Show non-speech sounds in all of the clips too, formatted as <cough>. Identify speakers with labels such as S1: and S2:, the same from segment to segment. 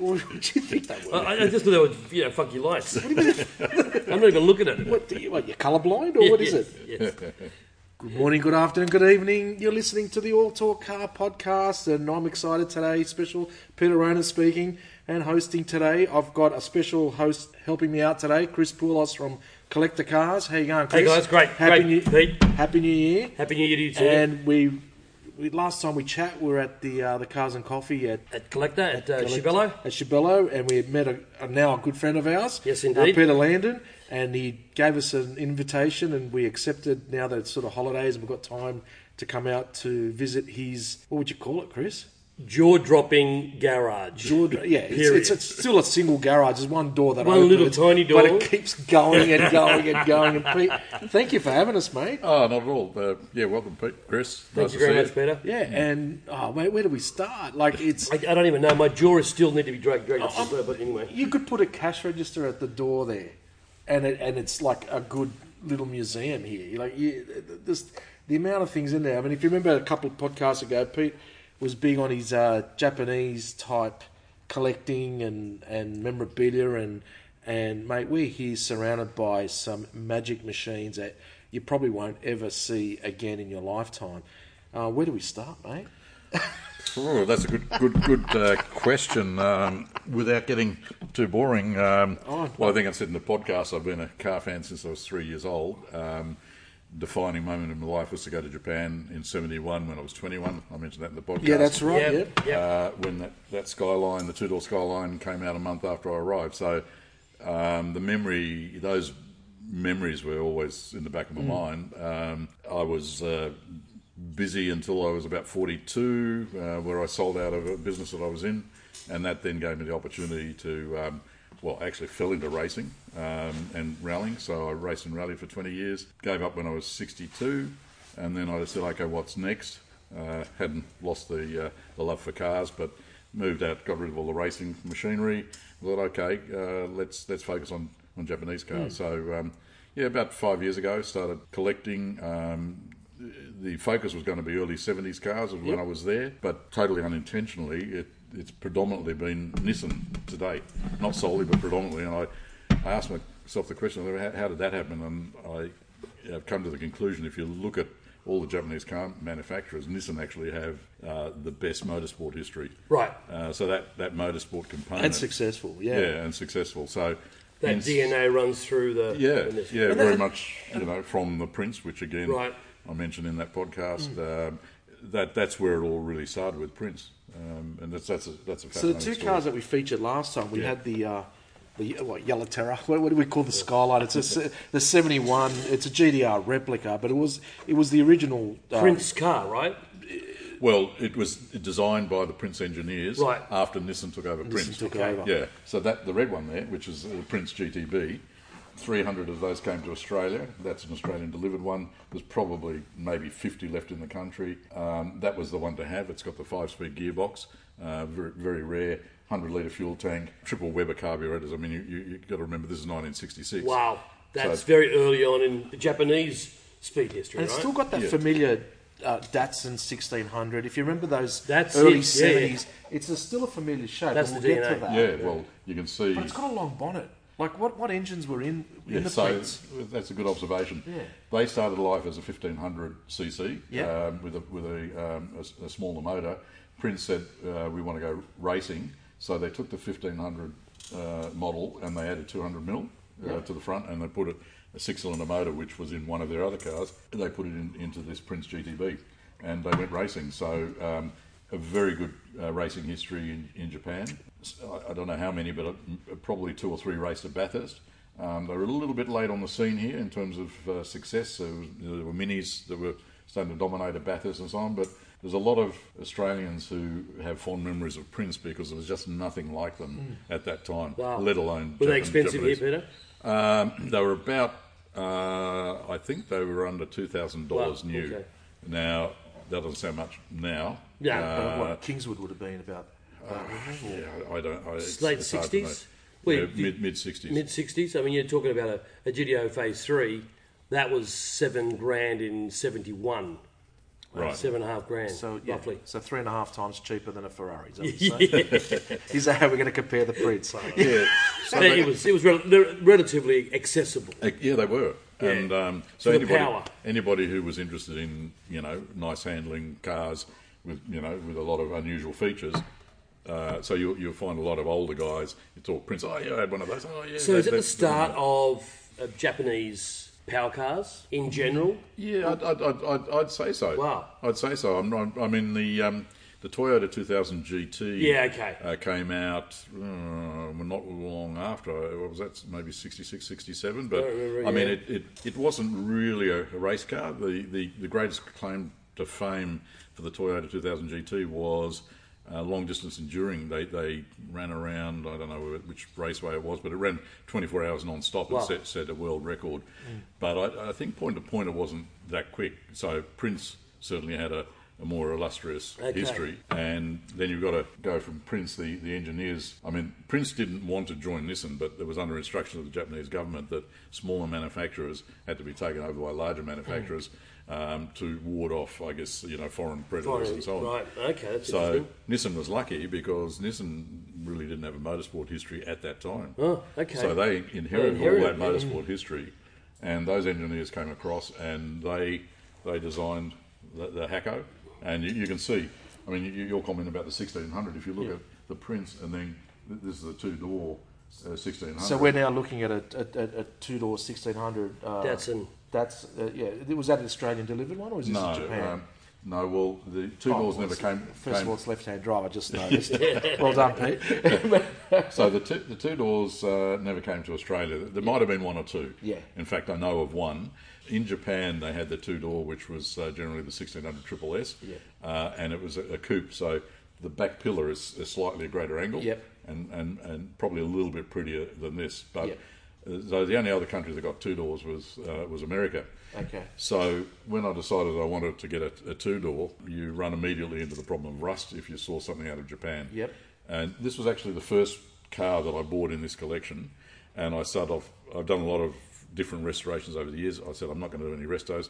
S1: Or do you think they were?
S2: I, I just thought that was, you know, funky lights. <laughs> I'm not even looking at it.
S1: What, do you, what, you're colourblind or what is it?
S2: Yes.
S1: Good morning, good afternoon, good evening. You're listening to the All Talk Car podcast, and I'm excited today. Special Peter Rona speaking and hosting today. I've got a special host helping me out today, Chris Poulos from Collector Cars. How you going, Chris?
S2: Hey guys, great,
S1: Happy
S2: great.
S1: New,
S2: Pete,
S1: Happy New Year.
S2: happy New Year to you too.
S1: And we, we last time we chat, we were at the uh, the Cars and Coffee at
S2: at Collector at uh,
S1: Collect-
S2: Chivello.
S1: At Shibello, and we had met a, a now a good friend of ours.
S2: Yes,
S1: uh,
S2: indeed.
S1: Peter Landon, and he gave us an invitation, and we accepted. Now that it's sort of holidays, and we've got time to come out to visit his what would you call it, Chris?
S2: Jaw-dropping garage.
S1: Jordan. Yeah, it's,
S2: Period.
S1: it's, it's still a single garage. There's one door that
S2: One
S1: opens,
S2: little tiny
S1: but
S2: door.
S1: it keeps going
S2: <laughs>
S1: and going and going. And Pete, thank you for having us, mate.
S3: Oh, not at all. Uh, yeah, welcome, Pete, Chris.
S2: Thank
S3: nice
S2: you
S3: to
S2: very much,
S3: see
S2: Peter.
S1: Yeah, and oh, where, where do we start? Like it's.
S2: I, I don't even know. My jaw is still need to be dragged,
S3: Oh,
S2: dragged up to but anyway.
S1: You could put a cash register at the door there, and it, and it's like a good little museum here. Like you, this, the amount of things in there. I mean, if you remember a couple of podcasts ago, Pete was big on his uh, Japanese type collecting and and memorabilia and and mate, we're here surrounded by some magic machines that you probably won't ever see again in your lifetime. Uh, where do we start, mate?
S3: Oh, that's a good, good, good uh, question. Um, without getting too boring, um,
S1: Oh.
S3: well, I think I said in the podcast I've been a car fan since I was three years old. Um, defining moment in my life was to go to Japan in '71 when I was 21. I mentioned that in the podcast.
S1: Yeah, that's right.
S2: Yeah,
S1: Yep.
S2: yeah.
S3: uh, when that, that skyline, the two door skyline, came out a month after I arrived. So um, the memory, those memories were always in the back
S1: Mm.
S3: of my mind. Um, I was uh, busy until I was about 42, uh, where I sold out of a business that I was in, and that then gave me the opportunity to. Um, well, actually, fell into racing um, and rallying. So I raced and rallied for 20 years. Gave up when I was 62, and then I just said, okay, what's next? Uh, hadn't lost the uh, the love for cars, but moved out, got rid of all the racing machinery. Thought, okay, uh, let's let's focus on, on Japanese cars. So um, yeah, about five years ago, started collecting. Um, the focus was going to be early '70s cars was when I was there, but totally unintentionally, it, it's predominantly been Nissan to date, not solely, but predominantly. And I, I asked myself the question, how, how did that happen? And I have come to the conclusion if you look at all the Japanese car manufacturers, Nissan actually have uh, the best motorsport history.
S2: Right.
S3: Uh, so that, that motorsport component.
S1: And successful,
S3: Yeah,
S1: yeah.
S3: and successful. So
S2: That
S3: hence-
S2: DNA runs through the.
S3: Yeah,
S2: in this-
S3: yeah, very much. You know, from the Prince, which again
S2: Right.
S3: I mentioned in that podcast.
S1: Mm.
S3: Um, that that's where it all really started with Prince, um, and that's that's a, that's a
S1: So
S3: fascinating
S1: the two
S3: story.
S1: cars that we featured last time, we
S3: Yeah.
S1: had the uh, the what, yellow Terra. What, what do we call the Skyline? It's a, se- the seventy one. It's a GDR replica, but it was it was the original. Uh,
S2: Prince car, right?
S3: Well, it was designed by the Prince engineers
S2: Right.
S3: after Nissan took over Prince.
S1: took over.
S3: Yeah, so that the red one there, which is the Prince GTB, 300 of those came to Australia. That's an Australian delivered one. There's probably maybe 50 left in the country. Um, that was the one to have. It's got the five-speed gearbox, uh, very, very rare. 100 litre fuel tank, triple Weber carburetors. I mean, you, you, you got to remember this is 1966.
S2: Wow, that's
S3: So-
S2: very early on in the Japanese speed history,
S1: and it's
S2: right?
S1: still got that
S3: Yeah.
S1: familiar uh, Datsun sixteen hundred. If you remember those
S2: That's it,
S1: early
S2: yeah.
S1: seventies, it's a, still a familiar shape.
S2: That's
S1: and
S2: the
S1: we'll get to
S2: DNA.
S1: that.
S3: Yeah, well, you can see.
S1: But it's got a long bonnet. Like what, what engines were in, in
S3: Yeah,
S1: the
S3: so
S1: Prince?
S3: that's a good observation.
S1: Yeah.
S3: They started life as a 1500cc
S1: Yeah.
S3: um, with, a, with a, um, a s- a, smaller motor. Prince said, uh, we want to go racing. So they took the 1500 uh, model and they added 200 mil uh, to the front and they put it, a six cylinder motor, which was in one of their other cars, they put it in, into this Prince GTB and they went racing. So um, a very good uh, racing history in, in Japan. S- I, I don't know how many, but uh, m- probably two or three raced at Bathurst. Um, they were a little bit late on the scene here in terms of uh, success. There, was, there were minis that were starting to dominate at Bathurst and so on, but there's a lot of Australians who have fond memories of Prince because there was just nothing like them at that time,
S2: Hmm. Wow.
S3: let alone
S2: Were they
S3: Japan-
S2: expensive
S3: Japanese.
S2: here, Peter?
S3: Um, they were about, uh, I think they were under two thousand dollars
S2: Wow,
S3: new.
S2: okay.
S3: Now that doesn't sound much now.
S2: Yeah.
S1: Uh,
S3: Uh,
S1: what, Kingswood would have been about. uh, that, wouldn't it? Or-
S3: yeah, I don't. I, it's,
S2: Late
S3: it's hard to know.
S2: 60s? Wait,
S3: Yeah,
S2: you-
S3: mid mid sixties.
S2: Mid 60s? I mean, you're talking about a, a GDO Phase 3, that was seven grand in 71.
S3: Right.
S2: Seven and a half grand,
S1: So yeah,
S2: roughly.
S1: so three and a half times cheaper than a Ferrari. Is that, what you're saying? <laughs>
S2: <laughs> yeah,
S1: is that how we're going to compare the breeds?
S2: <laughs>
S3: Yeah. So
S2: But
S3: they,
S2: it was it was rel- they're relatively accessible.
S3: Uh, yeah, they were. And um, so
S2: For the
S3: anybody,
S2: power.
S3: anybody who was interested in you know nice handling cars with you know with a lot of unusual features. Uh, so you, you'll find a lot of older guys. It's all Prince. Oh yeah, I had one of those. Oh yeah.
S2: So
S3: that-
S2: is it the
S3: that's-
S2: start of uh, Japanese power cars in general?
S3: Yeah, I'd, I'd, I'd, I'd, I'd say so.
S2: Wow.
S3: I'd say so. I'm, I'm, I mean, the um, the Toyota 2000 GT.
S2: Yeah, okay.
S3: Uh, came out uh, not long after. What was that? Maybe 66, 67? But I,
S2: I remember,
S3: mean,
S2: yeah.
S3: it, it, it wasn't really a, a race car. The, the the greatest claim to fame for the Toyota 2000 GT was. Uh, long distance enduring, they they ran around. I don't know which raceway it was, but it ran 24 hours non-stop and
S2: Wow.
S3: set, set a world record. But I, I think point to point, it wasn't that quick. So Prince certainly had a, a more illustrious
S2: Okay.
S3: history. And then you've got to go from Prince, the, the engineers. I mean, Prince didn't want to join Nissan, but there was under instruction of the Japanese government that smaller manufacturers had to be taken over by larger
S2: Mm.
S3: manufacturers um, to ward off, I guess, you know, foreign predators and so on.
S2: Right. Okay. That's
S3: So
S2: interesting.
S3: Nissan was lucky because Nissan really didn't have a motorsport history at that time.
S2: Oh, okay.
S3: So they inherited,
S2: They inherited
S3: all that
S2: it,
S3: motorsport history, and those engineers came across and they they designed the, the Hacko, and you, you can see. I mean, you, your comment about the 1600. If you look at the Prince, and then th- this is a two door uh, 1600.
S1: So we're now looking at a, a, a, a two door 1600. Uh,
S2: That's an-
S1: That's uh, yeah. Was that an Australian delivered one, or is this
S3: no,
S1: in Japan?
S3: um, no. Well, the two
S1: Oh,
S3: doors
S1: well,
S3: never
S1: it's-
S3: came.
S1: First
S3: came-
S1: of all, it's left-hand drive. I
S3: <laughs>
S1: just noticed. well done, Pete. <laughs>
S3: So the two, the two doors uh, never came to Australia. There might have been one or two.
S1: Yeah.
S3: In fact, I know of one. In Japan, they had the two door, which was uh, generally the 1600 Triple S,
S1: Yeah.
S3: uh, and it was a, a coupe. So the back pillar is, is slightly a greater angle,
S1: Yep.
S3: and, and and probably a little bit prettier than this. But
S1: Yep.
S3: uh, so the only other country that got two doors was uh, was America.
S1: Okay.
S3: So when I decided I wanted to get a, a two door, you run immediately into the problem of rust if you saw something out of Japan.
S1: Yep.
S3: And this was actually the first car that I bought in this collection, and I started off. I've done a lot of different restorations over the years. I said I'm not going to do any restos.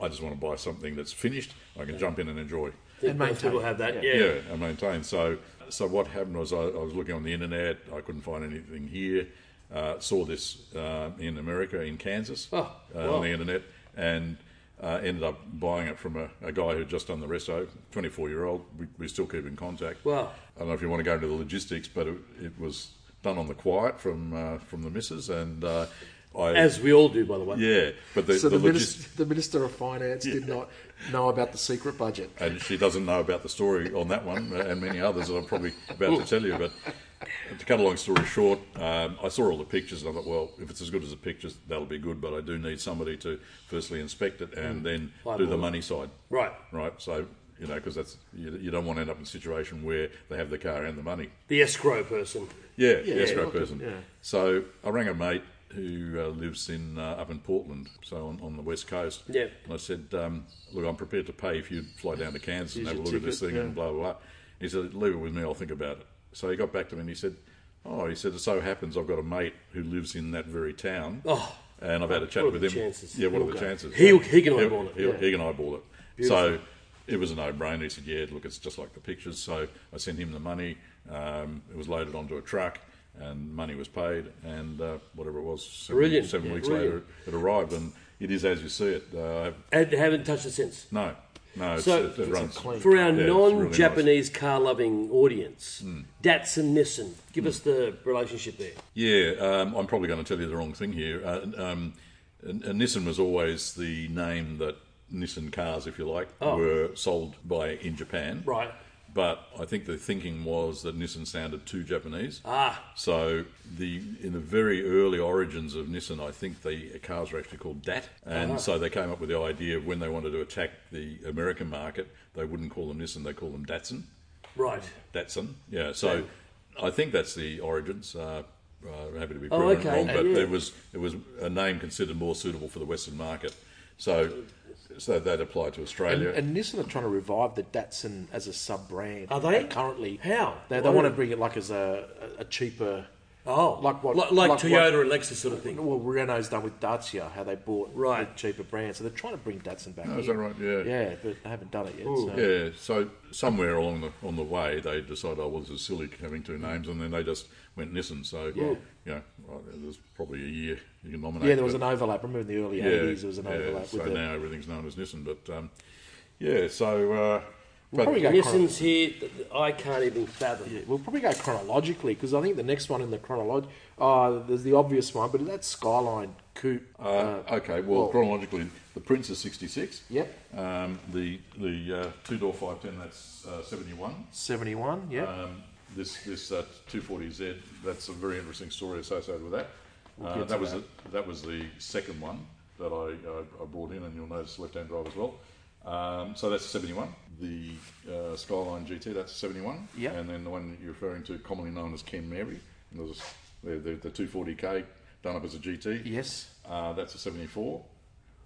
S3: I just want to buy something that's finished. I can jump in and enjoy.
S2: Think most
S1: maintain.
S2: people have that. Yeah.
S3: Yeah, and maintain. So, so what happened was I, I was looking on the internet. I couldn't find anything here. Uh, saw this uh, in America, in Kansas,
S2: Oh,
S3: uh,
S2: wow.
S3: on the internet, and uh, ended up buying it from a, a guy who'd just done the resto, 24 year old. We, we still keep in contact.
S2: Wow.
S3: I don't know if you want to go into the logistics, but it, it was done on the quiet from uh, from the missus, and uh, I
S2: As we all do, by the way.
S3: yeah, but the,
S1: So the,
S3: the, logis-
S1: minister, the minister of finance did not know about the secret budget.
S3: and she doesn't know about the story on that one uh, and many others that I'm probably about to tell you. But to cut a long story short, um, I saw all the pictures and I thought, well, if it's as good as the pictures, that'll be good. But I do need somebody to firstly inspect it and then do the money side.
S2: Right.
S3: Right. So you know, because that's you, you don't want to end up in a situation where they have the car and the money.
S2: The escrow person.
S3: Yeah,
S1: yeah,
S3: yeah, escrow
S1: look at-
S3: person.
S1: yeah.
S3: So I rang a mate who uh, lives in uh, up in Portland, so on, on the west coast.
S2: Yeah.
S3: And I said, um, look, I'm prepared to pay if you fly down to Kansas and
S1: Here's
S3: have a look
S1: your
S3: at this
S1: ticket,
S3: thing and blah blah blah. He said, leave it with me, I'll think about it. So he got back to me and he said, oh, he said it so happens I've got a mate who lives in that very town.
S2: Oh.
S3: And I've had a chat
S2: What are
S3: with
S2: the
S3: him.
S2: chances?
S3: Yeah, what are the
S2: Okay.
S3: chances?
S2: He- he can
S3: Yeah,
S2: eyeball it,
S3: He,
S2: yeah.
S3: he can eyeball it. So it was a no-brainer. He said, "Yeah, look, it's just like the pictures." So I sent him the money. Um, it was loaded onto a truck, and money was paid. And uh, whatever it was, seven,
S2: Brilliant.
S3: seven
S2: Yeah,
S3: weeks
S2: brilliant.
S3: later, it arrived, and it is as you see it. Uh,
S2: And haven't touched it since.
S3: no, no, it's,
S2: So-
S3: it, it runs.
S1: clean-
S2: For our
S3: Yeah, it's really nice. Hmm.
S2: non-Japanese car-loving audience, Datsun Nissan, give us the relationship there.
S3: Yeah, um, I'm probably going to tell you the wrong thing here. Uh, um, and, and Nissan was always the name that Nissan cars, if you like,
S2: Oh.
S3: were sold by in Japan.
S2: Right.
S3: But I think the thinking was that Nissan sounded too Japanese.
S2: Ah.
S3: So the in the very early origins of Nissan, I think the cars were actually called DAT,
S2: Uh-huh.
S3: and so they came up with the idea of when they wanted to attack the American market, they wouldn't call them Nissan, they call them Datsun.
S2: Right.
S3: Datsun. Yeah. So I think that's the origins. Uh, uh, happy to be proven
S2: Oh, okay,
S3: wrong, but
S2: yeah.
S3: it was it was a name considered more suitable for the Western market. So so that applied to
S1: And,
S3: Australia.
S1: and Nissan are trying to revive the Datsun as a sub brand.
S2: Are they?
S1: currently?
S2: How?
S1: They, they
S3: Oh.
S2: Why
S1: want to
S2: don't-
S1: bring it like as a, a cheaper.
S2: Oh,
S1: Like what-
S2: Like,
S1: like
S2: Toyota
S1: what-
S2: and Lexus sort of thing.
S1: Well, Renault's done with Dacia, how they bought
S2: Right.
S1: the cheaper brand. So they're trying to bring Datsun back.
S3: Oh, is
S1: here.
S3: that right? Yeah.
S1: Yeah, but they haven't done it yet. So.
S3: Yeah, so somewhere along the on the way they decided, oh well, this is silly having two names, and then they just went Nissan. So
S1: Yeah.
S3: you know, right, there's probably a year you can nominate.
S1: Yeah, there was
S3: but-
S1: an overlap. Remember in the early 80s, there was an
S3: yeah,
S1: overlap
S3: So
S1: with the.
S3: now everything's known as Nissan, but um, yeah, so uh, but
S1: probably go-
S2: Nissan's here. th- th- I can't even fathom.
S1: Yeah, We'll probably go chronologically because I think the next one in the chronology, uh, there's the obvious one, but that's Skyline Coupe.
S3: uh, okay, well,
S1: well-
S3: chronologically, the Prince is sixty six.
S1: Yep.
S3: Um, the the uh, two door five ten that's uh, seventy one.
S1: 71, yeah.
S3: Um, this this uh, 240Z. That's a very interesting story associated with that. Uh,
S1: get to
S3: that was
S1: that.
S3: The, that was the second one that I, uh, I, I brought in, and you'll notice left-hand drive as well. Um, so that's 71. The uh, Skyline GT, that's 71.
S1: Yeah.
S3: And then the one that you're referring to, commonly known as Ken Mary, and there's the, the, the 240K done up as a GT.
S1: yes.
S3: Uh, that's a 74.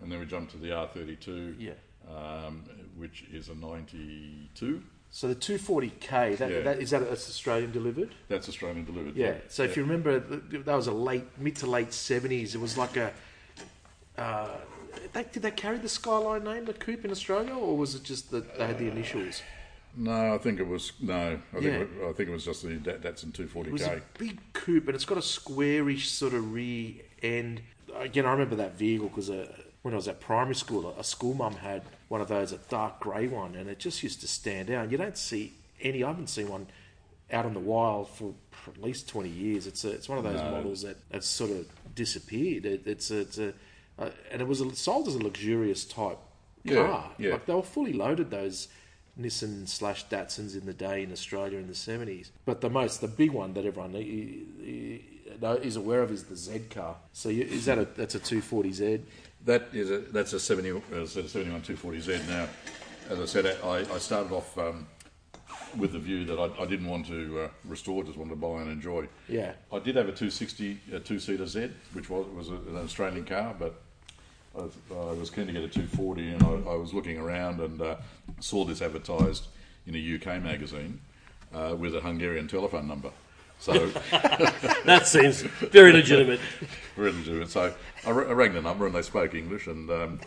S3: And then we jump to the R32,
S1: Yeah.
S3: um, which is a 92.
S1: So the 240K, that,
S3: Yeah.
S1: that, is that that's Australian delivered?
S3: That's Australian delivered.
S1: Yeah. So if you remember, th- that was a late, mid to late 70s. It was like a. Uh, they, did they carry the Skyline name, the Coupe, in Australia, or was it just that they had the initials?
S3: No, I think it was no. I think
S1: Yeah.
S3: it, I think it was just the that, that's in two forty
S1: It was
S3: k.
S1: a big coupe, and it's got a squarish sort of rear end. Again, I remember that vehicle because uh, when I was at primary school, a- a school mum had one of those, a dark grey one, and it just used to stand out. You don't see any. I haven't seen one out in the wild for pr- at least twenty years. It's a, it's one of those models that have sort of disappeared. It, it's a, it's a uh, and it was a, sold as a luxurious type
S3: Yeah,
S1: car.
S3: yeah.
S1: Like they were fully loaded those Nissan slash Datsuns in the day in Australia in the seventies. But the most, the big one that everyone eh, eh, eh, know- is aware of is the Z car. So you, is that a that's a two forty Z?
S3: That is a that's a seventy uh, seventy one two forty Z. Now, as I said, I, I started off um, with the view that I, I didn't want to uh, restore, just wanted to buy and enjoy.
S1: Yeah.
S3: I did have a two sixty a two seater Z, which was was an Australian car, but I, I was keen to get a 240, and I, I was looking around and uh, saw this advertised in a UK magazine uh, with a Hungarian telephone number. So,
S2: <laughs> That seems very legitimate.
S3: really do it. So, I, ra- I rang the number, and they spoke English, and um,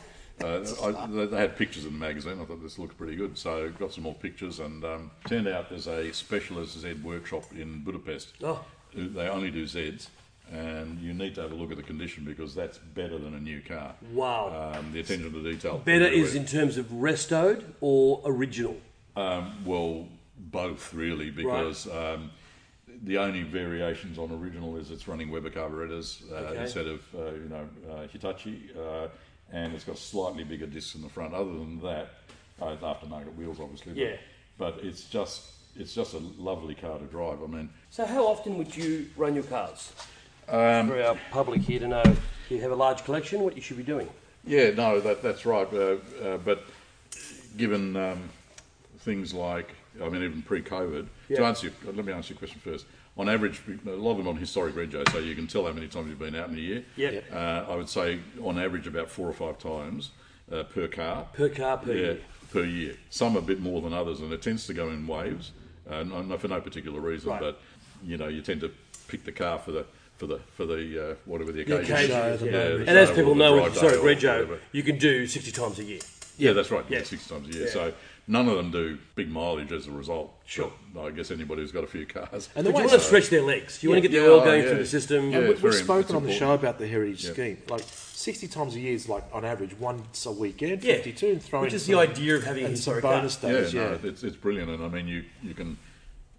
S3: uh, I, they- they had pictures in the magazine. I thought this looked pretty good, so got some more pictures, and um, turned out there's a specialist Z workshop in Budapest.
S2: <laughs> Oh.
S3: They only do Zs, and you need to have a look at the condition because that's better than a new car.
S2: Wow.
S3: Um, the attention to detail.
S2: Better
S3: everywhere.
S2: is in terms of restoed or original.
S3: Um, well, both really, because um, the only variations on original is it's running Weber carburetors uh,
S2: Okay.
S3: instead of uh, you know uh, Hitachi, uh, and it's got slightly bigger discs in the front. Other than that, uh, it's aftermarket wheels, obviously.
S2: Yeah.
S3: But, but it's just it's just a lovely car to drive. I mean,
S2: So, how often would you run your cars?
S3: Um,
S2: For our public here to know, if you have a large collection, what you should be doing.
S3: Yeah, no, that, that's right. Uh, uh, but given um, things like, I mean, even pre-COVID,
S2: Yeah.
S3: to answer your, let me answer your question first. On average, a lot of them on historic rego, so you can tell how many times you've been out in a year.
S2: Yeah.
S1: Yeah.
S3: Uh, I would say on average about four or five times uh, per car.
S2: Per car, per
S3: yeah,
S2: year.
S3: per year. Some a bit more than others, and it tends to go in waves, uh, no, no, for no particular reason.
S2: Right.
S3: But you know, you tend to pick the car for the for the for the uh, whatever the occasion.
S2: occasion,
S3: Yeah,
S1: the
S3: the
S1: moment.
S2: And as
S3: show or
S2: people
S3: the
S2: know,
S3: drive
S2: with
S3: day
S2: sorry,
S3: or
S2: Rego,
S3: whatever.
S2: you can do 60 times a year.
S3: Yeah, that's right. Yeah,
S2: Yeah.
S3: six times a year.
S2: Yeah.
S3: So none of them do big mileage as a result.
S2: Sure.
S3: But I guess anybody who's got a few cars.
S1: And the
S2: But you
S1: way
S2: want to
S1: so-
S2: stretch their legs. You want to get the
S3: Yeah,
S2: oil
S3: oh,
S2: going
S3: yeah.
S2: through the system.
S3: Yeah.
S1: We've
S3: very- it's
S1: spoken on the
S3: important.
S1: show about the heritage
S3: Yeah.
S1: scheme. Like sixty times a year is like on average once a weekend,
S2: Yeah.
S1: fifty-two, and throwing
S2: Which is the idea of having a
S1: and some
S2: historic car.
S1: bonus days. Yeah,
S3: no, it's it's brilliant, and I mean you you can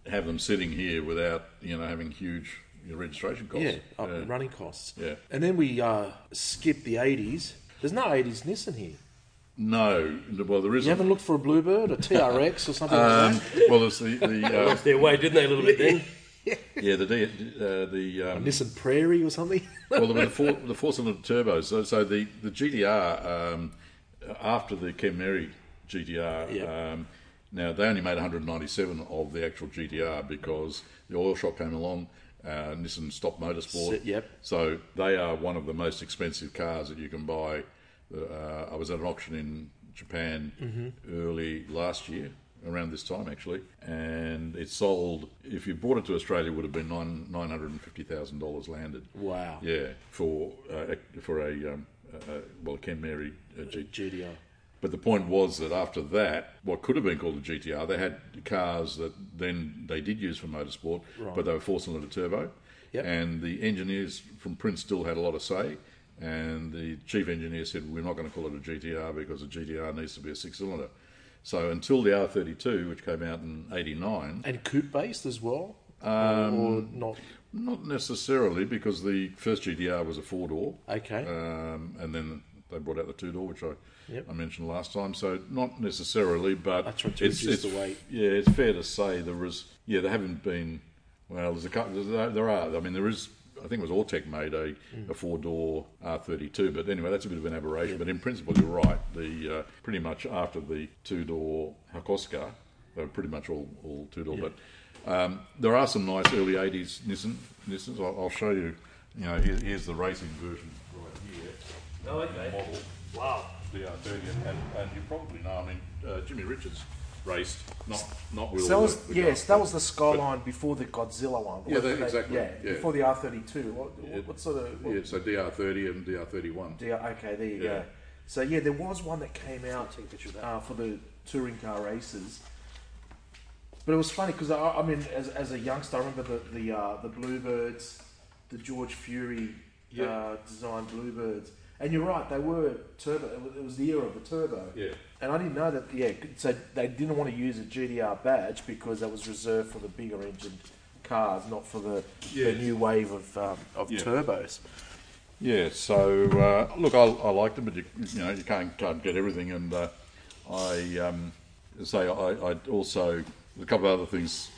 S3: have them sitting here without you know having huge registration costs.
S1: yeah, oh, up and running costs.
S3: Yeah.
S1: and then we uh, skip the eighties. There's no eighties Nissan here.
S3: No, well there isn't.
S1: You haven't looked for a Bluebird, a TRX, or something like
S3: Um,
S1: that?
S3: well, there's the, the uh, <laughs>
S2: Lost their way, didn't they, a little bit then?
S3: yeah the D, uh, the um,
S1: Nissan Prairie or something?
S3: well there were the four the four cylinder turbos. So, so the the GDR um, after the Ken Mary GTR.
S1: Yeah.
S3: Um, now they only made 197 of the actual GTR because the oil shock came along. Uh, Nissan stopped motorsport.
S1: S- yep.
S3: So they are one of the most expensive cars that you can
S1: Mm-hmm.
S3: buy. Uh, I was at an auction in Japan early last year, around this time actually, and it sold. If you brought it to Australia, it would have been nine nine hundred and fifty thousand dollars landed.
S1: Wow.
S3: Yeah, for uh, a- for a um, uh, well, a Ken Mary uh, <laughs> G-
S1: GDR.
S3: but the point was that after that, what could have been called a GTR, they had cars that then they did use for motorsport, but they were four cylinder turbo.
S1: Yep.
S3: And the engineers from Prince still had a lot of say. And the chief engineer said, We're not going to call it a GTR because a GTR needs to be a six cylinder. So until the R32, which came out in 89,
S1: And coupe based as well?
S4: Um,
S1: or not?
S3: not necessarily because the first GTR was a four door.
S1: Okay.
S4: uh,
S3: Um, and then they brought out the two door, which I,
S1: Yep.
S3: I mentioned last time. So not necessarily, but
S1: That's right, to reduce the weight.
S3: Yeah, it's fair to say there was. Yeah, there haven't been. Well, there's a couple. There there are. I mean, there is. I think it was Alltech made a,
S1: Mm.
S3: a four door R32, but anyway, that's a bit of an aberration. But in principle, you're right. The uh, pretty much after the two door Hakoska, they were pretty much all, all two door. But um, there are some nice early '80s Nissan Nissans. I'll, I'll show you. You know, here, here's the racing version right here
S2: Oh, okay.
S3: model,
S2: Wow.
S3: the R30, and, and, and you probably know, I mean, uh, Jimmy Richards raced, not not with
S4: So that
S3: all
S4: was,
S3: the- the
S4: yes,
S3: guys,
S4: that
S3: but-
S4: was the Skyline before the Godzilla one.
S3: Yeah, that-
S4: Wasn't it?
S3: exactly,
S4: Yeah,
S3: yeah.
S4: before the R thirty two. What, what- what sort of? What,
S3: Yeah, so DR30 and DR31.
S4: do you- okay, there you
S3: Yeah.
S4: go. So yeah, there was one that came out
S2: take a picture of that.
S4: uh, for the touring car races. But it was funny because I, I mean, as, as a youngster, I remember the the, uh, the Bluebirds, the George Fury
S3: Yeah.
S4: uh, designed Bluebirds, and you're right, they were turbo. It was, it was the era of the turbo.
S3: Yeah.
S4: And I didn't know that. Yeah, so they didn't want to use a GDR badge because that was reserved for the bigger engine cars, not for the, the
S3: Yes.
S4: new wave of um, of
S3: Yeah.
S4: turbos.
S3: Yeah, so uh, look, I, I liked them, but you, you know you can't can't get everything, and uh, I um, say I, I also a couple of other things.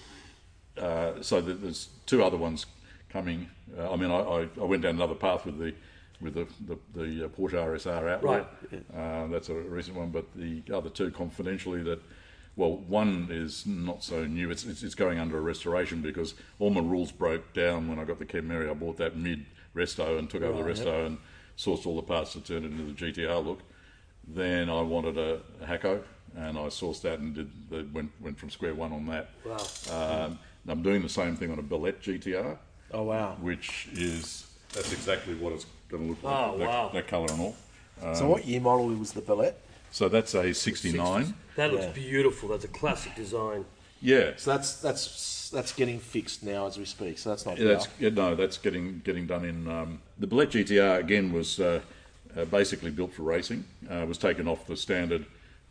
S3: Uh, so th- there's two other ones coming. Uh, I mean, I, I, I went down another path with the with the the, the uh, Porsche RSR outlet. Uh, that's a recent one, but the other two confidentially that. Well, one is not so new. It's, it's it's going under a restoration because all my rules broke down when I got the Camry. I bought that mid resto and took over the resto and sourced all the parts to turn it into the GTR look. Then I wanted a, a Hacko, and I sourced that and did the, went went from square one on that.
S2: Wow.
S3: Um, and I'm doing the same thing on a Billette GTR,
S1: Oh, wow.
S3: which is that's exactly what it's going to look like.
S2: Oh,
S3: that,
S2: wow.
S3: that colour and all. Um,
S4: so what year model was the billet?
S3: So that's a '69.
S2: That looks
S1: Yeah.
S2: beautiful. That's a classic design.
S3: Yeah.
S1: So that's that's that's getting fixed now as we speak. So that's not
S3: Yeah, that's
S1: now.
S3: yeah, no, that's getting getting done in um, the Bullet GTR again was uh, uh, basically built for racing. Uh, was taken off the standard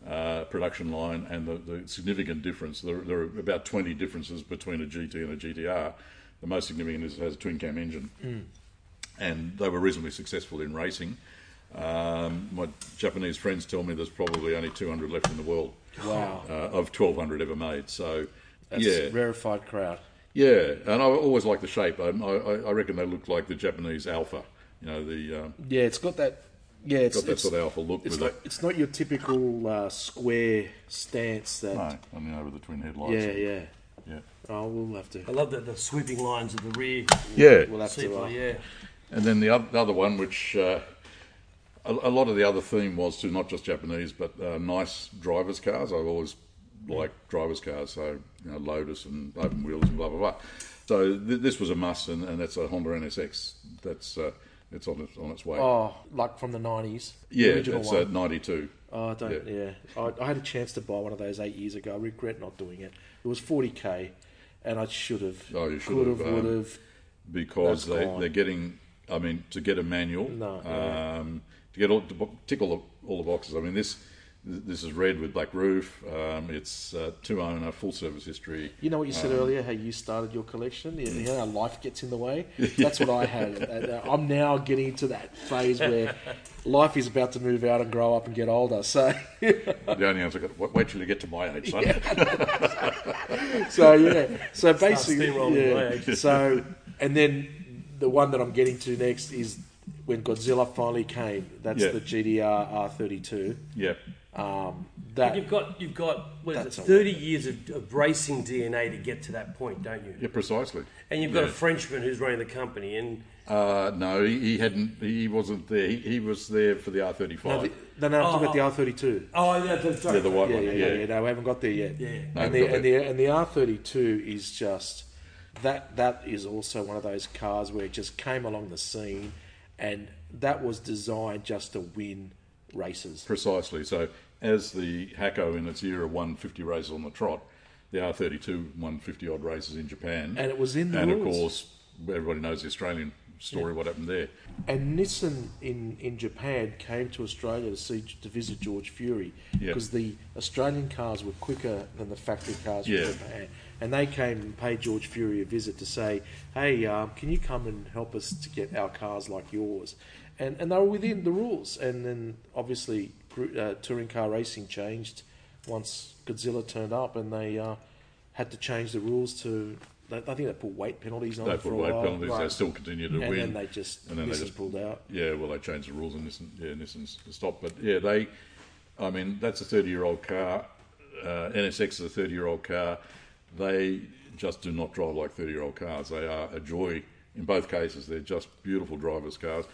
S3: uh, production line, and the, the significant difference there, there are about twenty differences between a GT and a GTR. The most significant is it has a twin cam engine,
S1: Hmm.
S3: and they were reasonably successful in racing. Um, my Japanese friends tell me there's probably only 200 left in the world
S1: Wow.
S3: uh, of 1,200 ever made. So
S1: That's
S3: yeah,
S1: rarefied crowd.
S3: yeah, and I always like the shape. Um, I, I I reckon they look like the Japanese alpha. You know, the um,
S1: Yeah, it's got that. Yeah, it's
S3: got that
S1: it's,
S3: sort of alpha look
S1: it's
S3: with
S1: not,
S3: it.
S1: it's not your typical uh, square stance that.
S3: No, I mean over the twin headlights.
S1: yeah, yeah.
S3: yeah,
S1: Oh, we'll have to.
S2: I love that the sweeping lines of the rear.
S3: yeah.
S1: We'll have to.
S2: Super,
S1: Uh,
S2: yeah.
S3: And then the oth- the other one, which uh, a, a lot of the other theme was to not just Japanese, but uh, nice drivers' cars. I've always liked drivers' cars, so you know, Lotus and open wheels and blah blah blah. So th- this was a must, and, and that's a Honda NSX. That's uh, it's on its, on its way.
S1: Oh, like from the nineties.
S3: yeah,
S1: original
S3: it's
S1: one.
S3: uh, '92.
S1: Oh, I don't. Yeah, I, I had a chance to buy one of those eight years ago. I regret not doing it. It was forty k, and I should have.
S3: Oh, you should
S1: Could
S3: have,
S1: have. Would
S3: um,
S1: have.
S3: because
S1: That's
S3: they,
S1: gone.
S3: they're getting. I mean, to get a manual,
S1: No,
S3: um, to get all to bo- tick all the, all the boxes. I mean, this this is red with black roof. Um, it's uh, two owner, full service history.
S1: You know what you said earlier, how you started your collection. You, you know how life gets in the way. That's what I had. And, uh, I'm now getting to that phase where life is about to move out and grow up and get older. So, <laughs>
S3: the only answer I got. Wait, wait till you get to my age, son.
S1: so yeah. So basically,
S2: steamrolling
S1: yeah. So, and then the one that I'm getting to next is when Godzilla finally came. That's
S3: Yeah.
S1: the GDR R32.
S3: yeah.
S1: Um, That
S2: you've got you've got what is
S1: That's
S2: it?
S1: a-
S2: Thirty years of, of racing DNA to get to that point, don't you?
S3: Yeah, precisely.
S2: And you've got a
S3: Yeah.
S2: Frenchman who's running the company, and
S3: Uh, no, he, he hadn't. He wasn't there. He, he was there for the R thirty
S1: no,
S3: five.
S1: the, no, no, I'm talking
S2: Oh.
S1: about the R thirty two.
S2: oh yeah, the,
S3: Yeah, the white
S1: Yeah,
S3: one.
S1: yeah,
S3: Yeah,
S1: yeah, yeah. No, we haven't got there yet.
S2: Yeah.
S3: No,
S1: and
S3: we've
S1: the
S3: got
S1: and the and the R thirty two is just that that is also one of those cars where it just came along the scene, and that was designed just to win races.
S3: precisely. So as the Hacko in its era won fifty races on the trot, the R thirty two won fifty odd races in Japan,
S1: And it was in the
S3: and of
S1: rules.
S3: course everybody knows the Australian story. What happened there?
S1: And Nissan in, in Japan came to Australia to see to visit George Fury
S3: Yeah.
S1: because the Australian cars were quicker than the factory cars from
S3: Yeah.
S1: Japan. And they came and paid George Fury a visit to say, "Hey, um, can you come and help us to get our cars like yours?" And and they were within the rules. And then obviously, gr- uh, touring car racing changed once Godzilla turned up, and they uh, had to change the rules to. I think they put weight penalties on
S3: They
S1: it for
S3: put
S1: a
S3: weight
S1: while.
S3: penalties. They
S1: Right.
S3: still continue to
S1: and
S3: win.
S1: then they just
S3: And then they
S1: Nissan
S3: just-
S1: pulled out.
S3: Yeah, well, they changed the rules and Nissan, yeah, Nissan's stopped. But yeah, they, I mean, that's a 30 year old car. Uh, NSX is a 30 year old car. They just do not drive like 30 year old cars. They are a joy in both cases. They're just beautiful drivers' cars.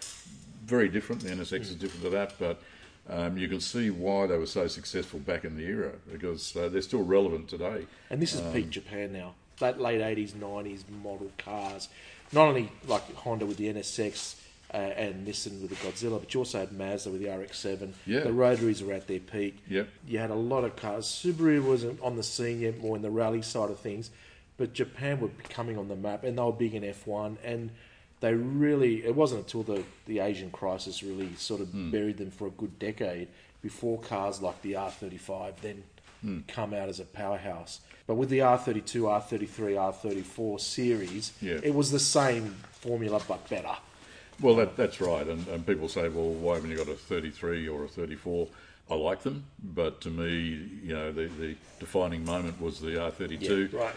S3: Very different. The NSX is different to that, but um, you can see why they were so successful back in the era because uh, they're still relevant today.
S1: And this is
S3: um,
S1: peak Japan now. That late eighties, nineties model cars. Not only like Honda with the NSX uh, and Nissan with the Godzilla, but you also had Mazda with the RX-7.
S3: Yeah.
S1: The rotaries were at their peak.
S3: Yep.
S1: You had a lot of cars. Subaru wasn't on the scene yet, more in the rally side of things, but Japan were coming on the map, and they were big in F1, and they really. It wasn't until the the Asian crisis really sort of
S3: Hmm.
S1: buried them for a good decade before cars like the R35 then
S3: Hmm.
S1: come out as a powerhouse. But with the R32, R33, R34 series,
S3: Yeah.
S1: it was the same formula but better.
S3: Well, that, that's right. And, and people say, well, why haven't you got a 33 or a 34? I like them, but to me, you know, the, the defining moment was the R32.
S2: right,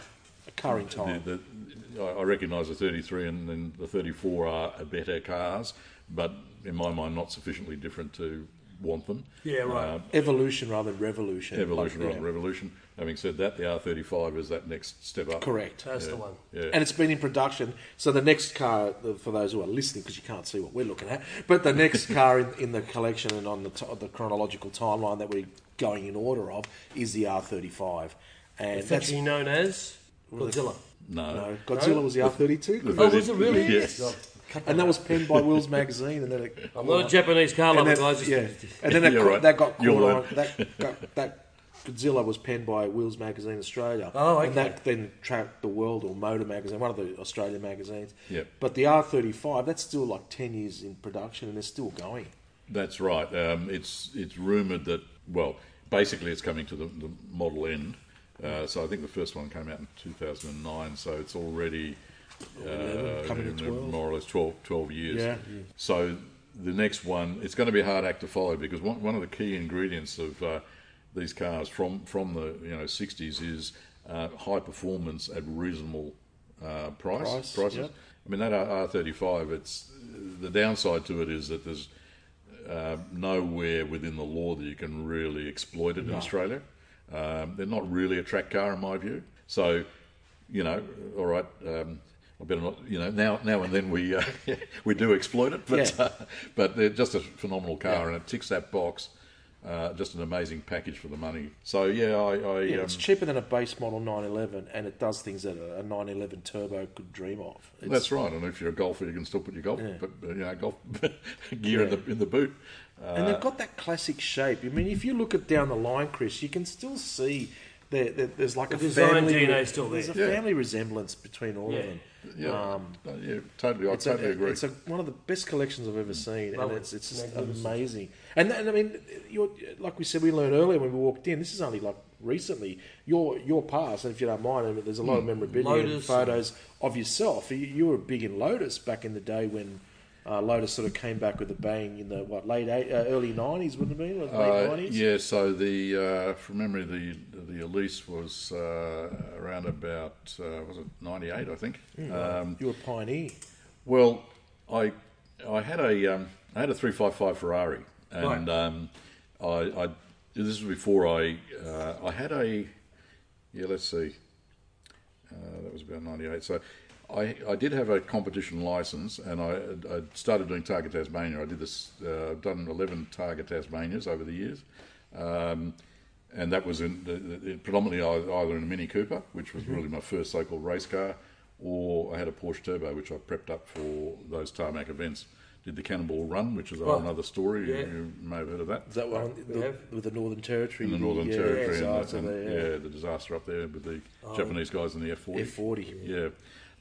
S1: A car in time.
S3: The, the, I- I recognise the 33 and then the 34 are better cars, but in my mind, not sufficiently different to want them.
S2: Yeah, right.
S3: Uh,
S1: Evolution rather than revolution.
S3: Evolution
S1: Like,
S3: rather than revolution. Having said that, the R35 is that next step up.
S1: Correct.
S2: that's the one.
S3: Yeah.
S1: and it's been in production. So the next car, the- for those who are listening, because you can't see what we're looking at, but the next car in, in the collection and on the, t- the chronological timeline that we're going in order of is the R35, and
S2: It's
S1: that's
S2: actually known as Godzilla.
S3: no.
S1: no, Godzilla was the R32,
S3: The
S1: correct?
S2: Oh, was
S3: 30
S2: it really?
S3: Yes.
S1: and that was penned by Will's magazine, and then it,
S2: I'm not a Japanese car
S1: and
S2: lover,
S1: then,
S2: guys.
S1: yeah, and then that,
S3: You're
S1: ca-
S3: right.
S1: that got
S3: You'll
S1: caught on
S3: learn.
S1: that got, that. Godzilla was penned by Wheels Magazine Australia,
S2: Oh, okay.
S1: and that then tracked the world or Motor Magazine, one of the Australian magazines.
S3: Yep.
S1: But the R35, that's still like ten years in production, and it's still going.
S3: That's right. Um, it's it's rumoured that well, basically it's coming to the, the model end. Uh, so I think the first one came out in 2009. So it's already uh,
S1: coming to
S3: in
S1: 12.
S3: more or less 12, 12 years.
S1: Yeah.
S3: So the next one, it's going to be a hard act to follow because one, one of the key ingredients of uh, these cars from from the you know 60s is uh, high performance at reasonable uh, price
S1: Price,
S3: prices.
S1: yep.
S3: I mean that R- R35. It's the downside to it is that there's nowhere within the law that you can really exploit it in Australia. Um, they're not really a track car, in my view. So, you know, all right, um, I better not. You know, now now and then we uh, <laughs> we do exploit it, but
S1: Yeah.
S3: uh, but they're just a phenomenal car, and it ticks that box. Uh, just an amazing package for the money. So yeah, I, I
S1: Yeah,
S3: um,
S1: it's cheaper than a base model 911, and it does things that a a 911 turbo could dream of. It's,
S3: that's right. And if you're a golfer, you can still put your golf,
S1: Yeah.
S3: but, uh, you know, golf <laughs> gear in the in the boot.
S1: and
S3: Uh,
S1: they've got that classic shape. I mean, if you look at down the line, Chris, you can still see that, that there's like a
S2: design
S1: family
S2: DNA is still there.
S1: There's a
S3: Yeah.
S1: family resemblance between all
S2: Yeah.
S1: of them.
S3: Uh, Yeah, yeah, totally. I
S1: Um, It's, a,
S3: totally agree.
S1: it's a, one of the best collections I've ever seen,
S2: Well,
S1: and it's it's just
S2: magnificent.
S1: amazing. And, and I mean, you're, like we said, we learned earlier when we walked in. This is only like recently your your past, and if you don't mind, I mean, there's a lot of memorabilia and
S2: Hmm. Lotus.
S1: photos of yourself. You, you were big in Lotus back in the day when. Uh, Lotus sort of came back with a bang in the what late eight, uh, early nineties, wouldn't it be? Late
S3: Uh,
S1: nineties.
S3: yeah, so the uh, from memory, the the Elise was uh, around about uh, was it ninety eight, I think. Um,
S1: You were a pioneer.
S3: well, I I had a um, I had a three five five Ferrari, and um, I, I this was before I uh, I had a yeah let's see uh, that was about ninety eight so I, I did have a competition license and I, I started doing Target Tasmania I did this uh, I've done eleven Target Tasmanias over the years um, and that was in, uh, predominantly ei- either in a Mini Cooper which was really my first so called race car or I had a Porsche Turbo which I prepped up for those tarmac events. Did the Cannonball Run, which is a whole
S2: Oh,
S3: other story. You-
S2: yeah.
S3: You may have heard of that.
S1: Is that one the,
S2: have.
S1: with the Northern Territory?
S3: in the Northern
S1: yeah,
S3: Territory
S1: it's
S3: and,
S1: after
S3: the, and
S1: the,
S3: yeah. the disaster up there with the Japanese guys in the F forty.
S1: F forty.
S3: Yeah.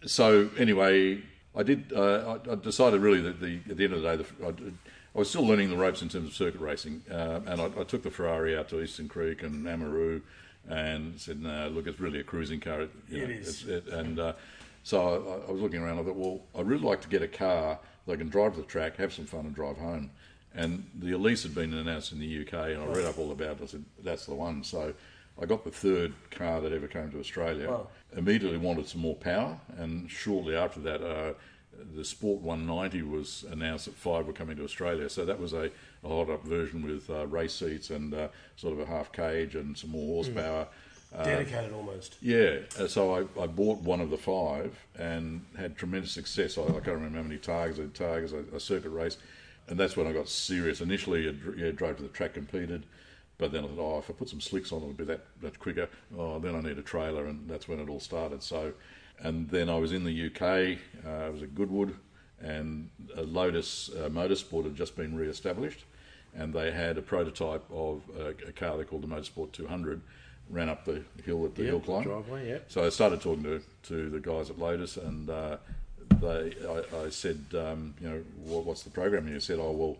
S3: So anyway, I did. Uh, I, I decided really that the at the end of the day, the, I, did- I was still learning the ropes in terms of circuit racing, uh, and I, I took the Ferrari out to Eastern Creek and Amaru, and said, "No, look, it's really a cruising car. It, you
S2: It
S3: know,
S2: is.
S3: it's- it- and uh, so I, I was looking around. I thought, well, I'd really like to get a car that I can drive to the track, have some fun, and drive home. And the Elise had been announced in the UK, and I read up all about it. I said, that's the one. So I got the third car that ever came to Australia. Immediately wanted some more power, and shortly after that, uh, the Sport 190 was announced that five were coming to Australia. So that was a, a hot up version with uh, race seats and uh, sort of a half cage and some more
S2: Mm.
S3: horsepower. Uh,
S2: Dedicated almost.
S3: Yeah, uh, so I, I bought one of the five and had tremendous success. I, I can't remember how many targets I did, targets, a, a circuit race, and that's when I got serious. Initially, I dr- yeah, drove to the track, competed, but then I thought, oh, if I put some slicks on, it'll be that much quicker. Oh, then I need a trailer, and that's when it all started. So, and then I was in the UK. Uh, I was at Goodwood, and uh, Lotus uh, Motorsport had just been re-established, and they had a prototype of a, a car they called the Motorsport 200. Ran up the hill at the
S1: Yep,
S3: hill
S1: the
S3: climb.
S1: driveway, yep.
S3: So I started talking to, to the guys at Lotus, and uh, they, I, I said, um, you know, what, what's the program? And he said, oh well,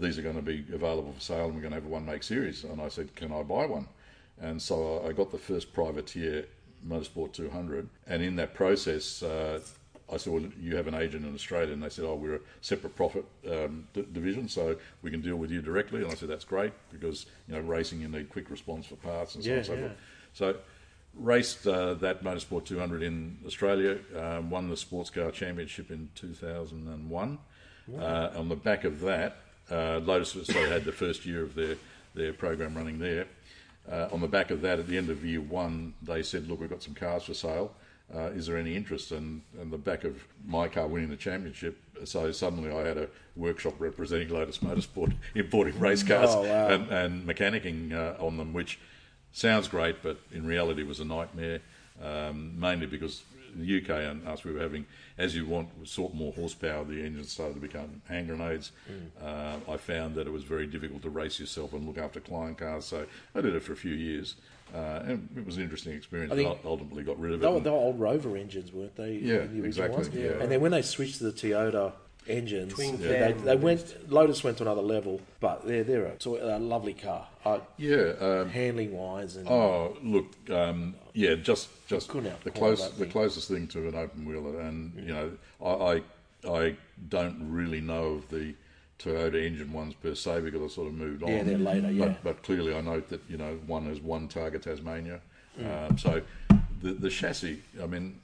S3: these are going to be available for sale, and we're going to have a one make series. And I said, can I buy one? And so I, I got the first privateer Motorsport 200, and in that process. Uh, I said, well, you have an agent in Australia, and they said, oh, we're a separate profit um, d- division, so we can deal with you directly. And I said, that's great because you know racing, you need quick response for parts and so on and so
S1: Yeah, yeah.
S3: forth. So, raced uh, that Motorsport 200 in Australia, um, won the Sports Car Championship in 2001. Uh, on the back of that, uh, Lotus so they had the first year of their, their program running there. Uh, on the back of that, at the end of year one, they said, Look, we've got some cars for sale. Uh, is there any interest? And, and the back of my car winning the championship, uh, so suddenly I had a workshop representing Lotus Motorsport <laughs> importing race cars
S1: Oh, wow.
S3: and, and mechanicking uh, on them, which sounds great, but in reality was a nightmare. Um, mainly because the UK and us, we were having, as you want, we sought more horsepower. The engines started to become hand grenades.
S1: Hmm.
S3: Uh, I found that it was very difficult to race yourself and look after client cars, so I did it for a few years, uh, and it was an interesting experience.
S1: I think-
S3: but I ultimately got rid of it.
S1: They were,
S3: and-
S1: they were old Rover engines, weren't they?
S3: Yeah,
S1: the original
S3: exactly,
S1: ones?
S3: yeah.
S1: And then when they switched to the Toyota engines,
S2: Twin
S1: they,
S2: cam.
S1: they went. Lotus went to another level, but they're they're a, so a lovely car, uh,
S3: yeah, um,
S1: handling wise, and
S3: Oh, look, um, yeah, just just
S1: uh, Couldn't have
S3: the
S1: called
S3: close
S1: that
S3: the
S1: thing.
S3: closest thing to an open wheeler, and you know, I, I I don't really know of the Toyota engine ones per se because I sort of moved on.
S1: Yeah, they're later, yeah.
S3: But, but clearly, I note that you know one has one target Tasmania.
S1: Mm.
S3: Um, so the the chassis, I mean,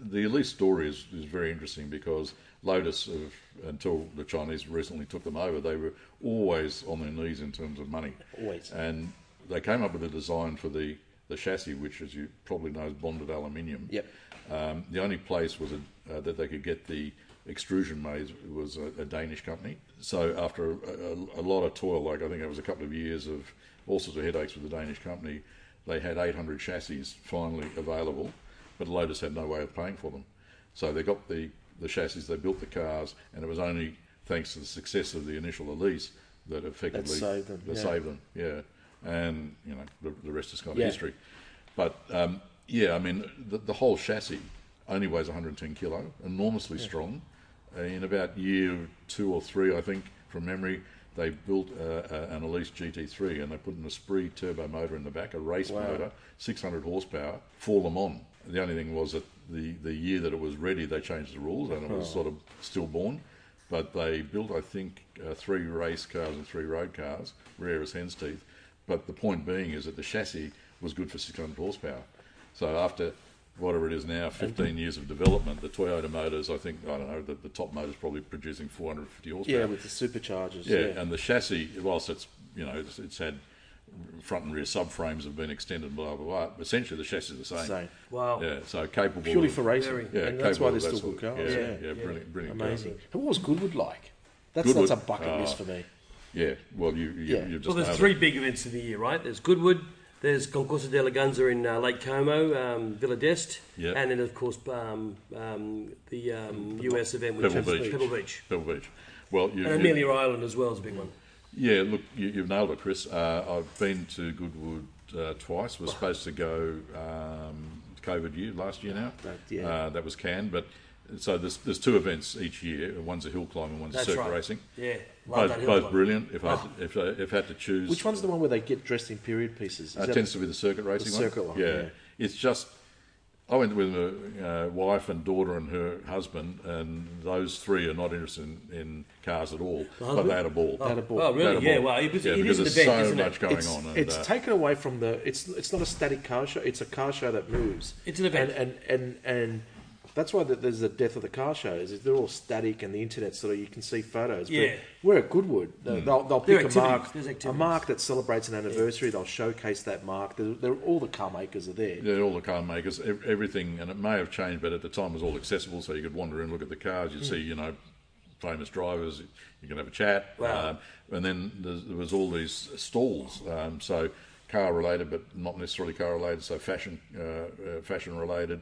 S3: the Elise story is, is very interesting because Lotus, have, until the Chinese recently took them over, they were always on their knees in terms of money.
S1: Always.
S3: And they came up with a design for the, the chassis, which, as you probably know, is bonded aluminium.
S1: Yep.
S3: Um, the only place was a, uh, that they could get the extrusion made was a, a Danish company. So after a, a, a lot of toil, like I think it was a couple of years of all sorts of headaches with the Danish company, they had 800 chassis finally available, but Lotus had no way of paying for them. So they got the, the chassis, they built the cars, and it was only thanks to the success of the initial Elise that effectively
S1: saved them,
S3: that
S1: yeah.
S3: saved them, yeah. And you know the, the rest is kind of
S1: Yeah.
S3: history. But um, yeah, I mean, the, the whole chassis only weighs 110 kilo, enormously strong. In about year two or three, I think, from memory, they built uh, a, an Elise GT3 and they put an Esprit turbo motor in the back, a race motor, 600 horsepower, for Le Mans. The only thing was that the, the year that it was ready, they changed the rules and it was sort of stillborn. But they built, I think, uh, three race cars and three road cars, rare as hen's teeth. But the point being is that the chassis was good for 600 horsepower. So after whatever it is now, 15 years of development, the Toyota motors, I think, I don't know, the, the top motor's probably producing 450 horsepower.
S1: yeah, with the superchargers.
S3: Yeah,
S1: Yeah,
S3: and the chassis, whilst it's you know it's, it's had front and rear subframes have been extended, blah blah blah. Essentially, the chassis is the same.
S1: Same.
S2: Wow.
S3: Yeah, so capable
S1: Purely
S3: of-
S1: for racing.
S2: Very.
S3: Yeah,
S1: and that's why
S3: capable
S1: they're
S3: of that
S1: still
S3: sort
S1: good
S3: of-
S1: cars.
S3: Yeah,
S1: Yeah.
S3: yeah, brilliant, brilliant. cars.
S1: Amazing. Who was Goodwood like? That's
S3: Goodwood? uh,
S1: that's a bucket list for me.
S3: Yeah, well, you, you
S1: Yeah.
S3: you've just
S2: Well, there's
S3: nailed
S2: three
S3: it.
S2: big events in the year, right? There's Goodwood, there's Concorso della Gunza in uh, Lake Como, um, Villa d'Este,
S3: Yeah.
S2: and then, of course, um, um, the um, US event, which
S3: Pebble
S2: is
S3: Beach.
S2: Pebble Beach.
S3: Pebble Beach. Well, you,
S2: And
S3: you-
S2: Amelia Island as well is a big one.
S3: yeah, look, you, you've nailed it, Chris. Uh, I've been to Goodwood uh, twice. Was supposed to go um, COVID year last year now.
S1: That- yeah.
S3: uh, that was canned, but so there's there's two events each year. One's a hill climb and one's a
S2: That's
S3: circuit
S2: right.
S3: racing.
S2: Yeah. Love that
S3: Both,
S2: hill
S3: both
S2: climb. Oh.
S3: brilliant. If I had to, if I, if I had to choose,
S1: Which one's the one where they get dressed in period pieces? Is
S3: Uh,
S1: that-
S3: tends to be the circuit racing
S1: circuit one, yeah.
S3: It's just, I went with my uh, wife and daughter and her husband, and those three are not interested in, in cars at all. But they had a ball.
S1: Had a ball.
S2: Oh,
S3: They had a
S2: really? Yeah,
S3: ball.
S2: wow. It, was,
S3: Yeah,
S2: it
S3: because
S2: is an event,
S3: there's so
S2: isn't
S3: much
S2: it?
S3: going
S1: it's,
S3: on. And,
S1: it's
S3: uh,
S1: taken away from the. It's it's not a static car show. It's a car show that moves.
S2: It's an event.
S1: and and and, and that's why that there's the death of the car shows. Is they're all static, and the internet sort of you can see photos. But
S2: Yeah.
S1: we're at Goodwood. They'll,
S3: Hmm.
S1: they'll, they'll
S2: There are
S1: pick a
S2: activities.
S1: mark,
S2: There's
S1: a
S2: activities.
S1: mark that celebrates an anniversary. They'll showcase that mark. They're, they're, all the car makers are there.
S3: yeah, all the car makers, ev- everything, and it may have changed, but at the time it was all accessible, so you could wander in, look at the cars,
S1: Hmm.
S3: you'd see, you know, famous drivers, you can have a chat.
S2: Wow.
S3: Um, and then there's, there was all these stalls, um, so car related, but not necessarily car related, so fashion, uh, um, uh, fashion related.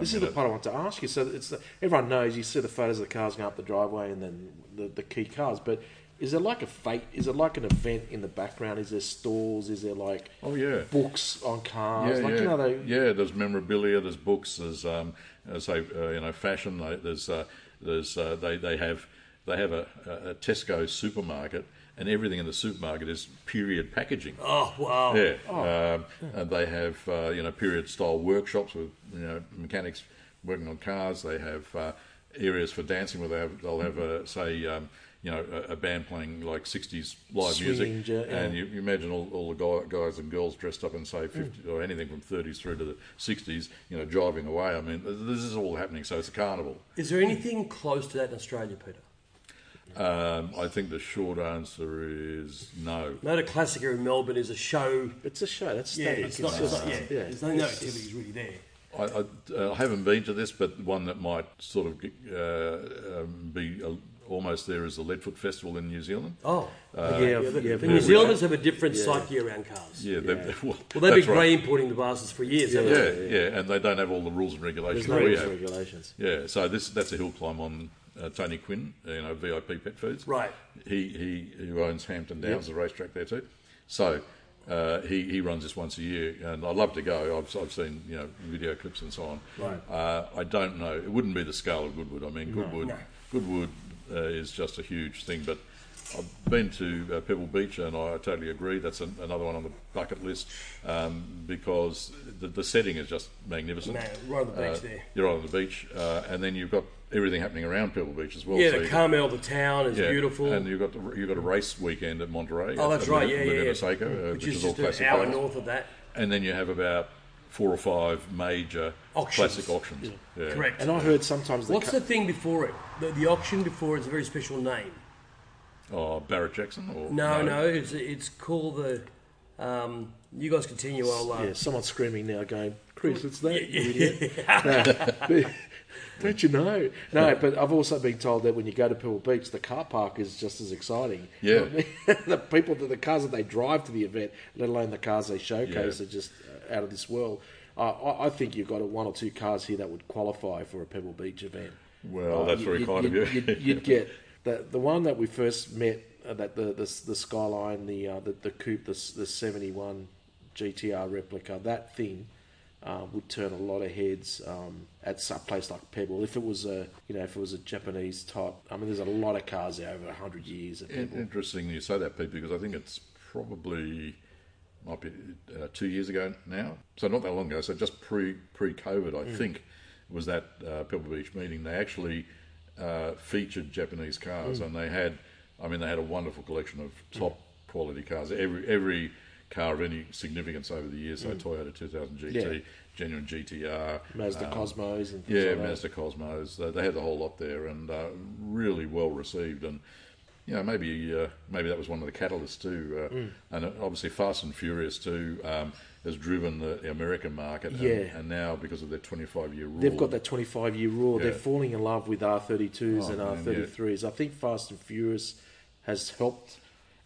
S1: This is the part I want to ask you. So it's everyone knows you see the photos of the cars going up the driveway and then the, the key cars, but is there like a fate? Is it like an event in the background? Is there stalls? Is there like
S3: Oh, yeah.
S1: books on cars?
S3: yeah,
S1: like
S3: yeah.
S1: you know they
S3: yeah. There's memorabilia, there's books, there's um, uh, say uh, you know fashion. they- There's uh, there's uh, they they have they have a, a- a Tesco supermarket, and everything in the supermarket is period packaging.
S2: Oh, wow.
S3: Yeah, um, and they have uh, you know period style workshops with you know mechanics working on cars. They have uh, areas for dancing where they have, they'll have a, say um, you know a, a band playing like sixties live
S1: Swinging
S3: music,
S1: ja-
S3: and you, you imagine all, all the guy, guys and girls dressed up in say fifty or anything from thirties through to the sixties, you know, driving away. I mean, th- this is all happening. So it's a carnival.
S2: Is there anything close to that in Australia, Peter?
S3: Um, I think the short answer is no.
S2: No, the Classica in Melbourne is a show.
S1: It's a show. That's
S2: Yeah,
S1: static.
S2: it's not, it's not, yeah, there's no, no
S1: it's-
S2: activities really there.
S3: I, I, uh, I haven't been to this, but one that might sort of uh, um, be uh, almost there is the Leadfoot Festival in New Zealand.
S2: Oh.
S1: Uh, yeah, yeah,
S2: Yeah, the,
S1: yeah,
S2: the
S1: yeah.
S2: New Zealanders have a different psyche around cars.
S3: Yeah, they- they- <laughs> well,
S2: Well, they've
S3: that's
S2: been
S3: right.
S2: grey importing the bastards for years, haven't
S3: Yeah,
S2: they?
S3: yeah, and they don't have all the rules and regulations
S1: There's no
S3: that we
S1: rules and
S3: have.
S1: regulations.
S3: Yeah, so this that's a hill climb on uh, Tony Quinn, you know, VIP Pet Foods.
S2: Right.
S3: He he who owns Hampton Downs, the racetrack there too. So uh, he he runs this once a year, and I love to go. I've I've seen you know video clips and so on.
S1: Right.
S3: Uh, I don't know. It wouldn't be the scale of Goodwood. I mean, Goodwood
S2: No.
S3: Goodwood uh, is just a huge thing, but. I've been to uh, Pebble Beach and I totally agree. That's an, another one on the bucket list um, because the, the setting is just magnificent. Uh,
S2: Man, right on the beach there.
S3: You're on the beach, uh, and then you've got everything happening around Pebble Beach as well.
S2: Yeah,
S3: So
S2: the
S3: you-
S2: Carmel, the town is
S3: yeah,
S2: beautiful.
S3: And you've got the, you've got a race weekend at Monterey.
S2: oh,
S3: at-
S2: that's
S3: at
S2: right,
S3: Mene-
S2: yeah, yeah, yeah.
S3: Menemeseco, uh, which, is all
S2: just
S3: classic
S2: an hour
S3: cars.
S2: north of that.
S3: And then you have about four or five major
S2: Auctions.
S3: classic auctions. Yeah.
S2: Correct.
S1: And I heard sometimes they
S2: What's
S1: cut,
S2: the thing before it? The, the auction before it's a very special name.
S3: Oh, Barrett Jackson or
S2: No, no, it's it's called the. Um, you guys continue. I'll. Uh,
S1: yeah, someone screaming now going, Chris, it's that, you idiot.
S2: <laughs>
S1: No, <laughs> Don't you know? No, but I've also been told that when you go to Pebble Beach, the car park is just as exciting.
S3: Yeah.
S1: <laughs> the people, the, the cars that they drive to the event, let alone the cars they showcase,
S3: Yeah.
S1: are just uh, out of this world. I I, I think you've got a, one or two cars here that would qualify for a Pebble Beach event. Uh,
S3: Well, that's very kind of you.
S1: You'd, you'd get the the one that we first met, uh, that the the, the skyline, the uh, the the coupe, the s- the seventy one GTR replica. That thing um, would turn a lot of heads um, at some place like Pebble. If it was a you know if it was a Japanese type, I mean, there's a lot of cars there over hundred years at
S3: In-
S1: Pebble.
S3: Interesting you say that, Pete, because I think it's probably might be uh, two years ago now, so not that long ago. So just pre pre COVID, I think, was that uh, Pebble Beach meeting. They actually uh, featured Japanese cars, and they had, I mean, they had a wonderful collection of top quality cars. Every every car of any significance over the years. So Toyota 2000 GT,
S1: Yeah.
S3: genuine GTR,
S1: Mazda Cosmos and things
S3: yeah,
S1: like that.
S3: Mazda Cosmos. They, they had the whole lot there and uh, really well received. And you know, maybe uh, maybe that was one of the catalysts too.
S1: Hmm.
S3: Uh, And obviously, Fast and Furious too um, has driven the the American market. and-
S1: Yeah.
S3: And, now because of their 25 year rule,
S1: They've got that 25 year rule. They're
S3: Yeah.
S1: falling in love with R32s
S3: Oh,
S1: and
S3: man, yeah.
S1: R33s. I think Fast and Furious has helped.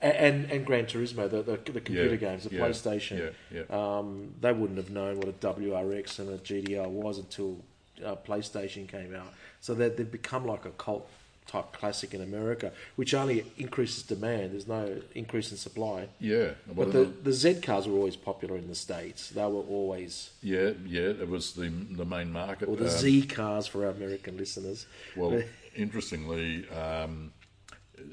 S1: And, and, and Gran Turismo, the, the, the computer games, the
S3: yeah,
S1: PlayStation.
S3: Yeah, yeah.
S1: Um, they wouldn't have known what a WRX and a GDR was until uh, PlayStation came out. So that they've become like a cult type classic in America, which only increases demand. There's no increase in supply.
S3: yeah. Well,
S1: But the, the Z cars were always popular in the States. They were always,
S3: yeah, yeah. It was the the main market.
S1: or the
S3: um,
S1: Z cars for our American listeners.
S3: Well, interestingly, um,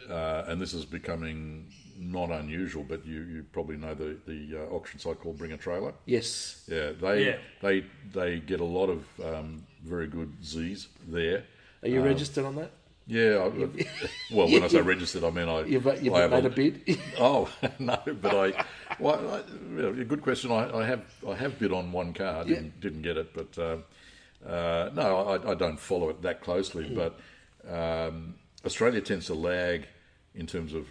S3: uh, and this is becoming not unusual, but you, you probably know the the uh, auction site called Bring a Trailer.
S1: Yes.
S3: Yeah, they
S2: Yeah.
S3: they they get a lot of um, very good Z's there.
S1: Are
S3: Um,
S1: you registered on that?
S3: Yeah, I, well, when I
S1: <laughs>
S3: say registered, I mean I
S1: You've, you've
S3: I have
S1: made a
S3: <laughs>
S1: bid?
S3: Oh no, but I. Well, I, yeah, good question. I, I have I have bid on one car. Didn't, didn't get it, but um uh, no, I, I don't follow it that closely. But um, Australia tends to lag in terms of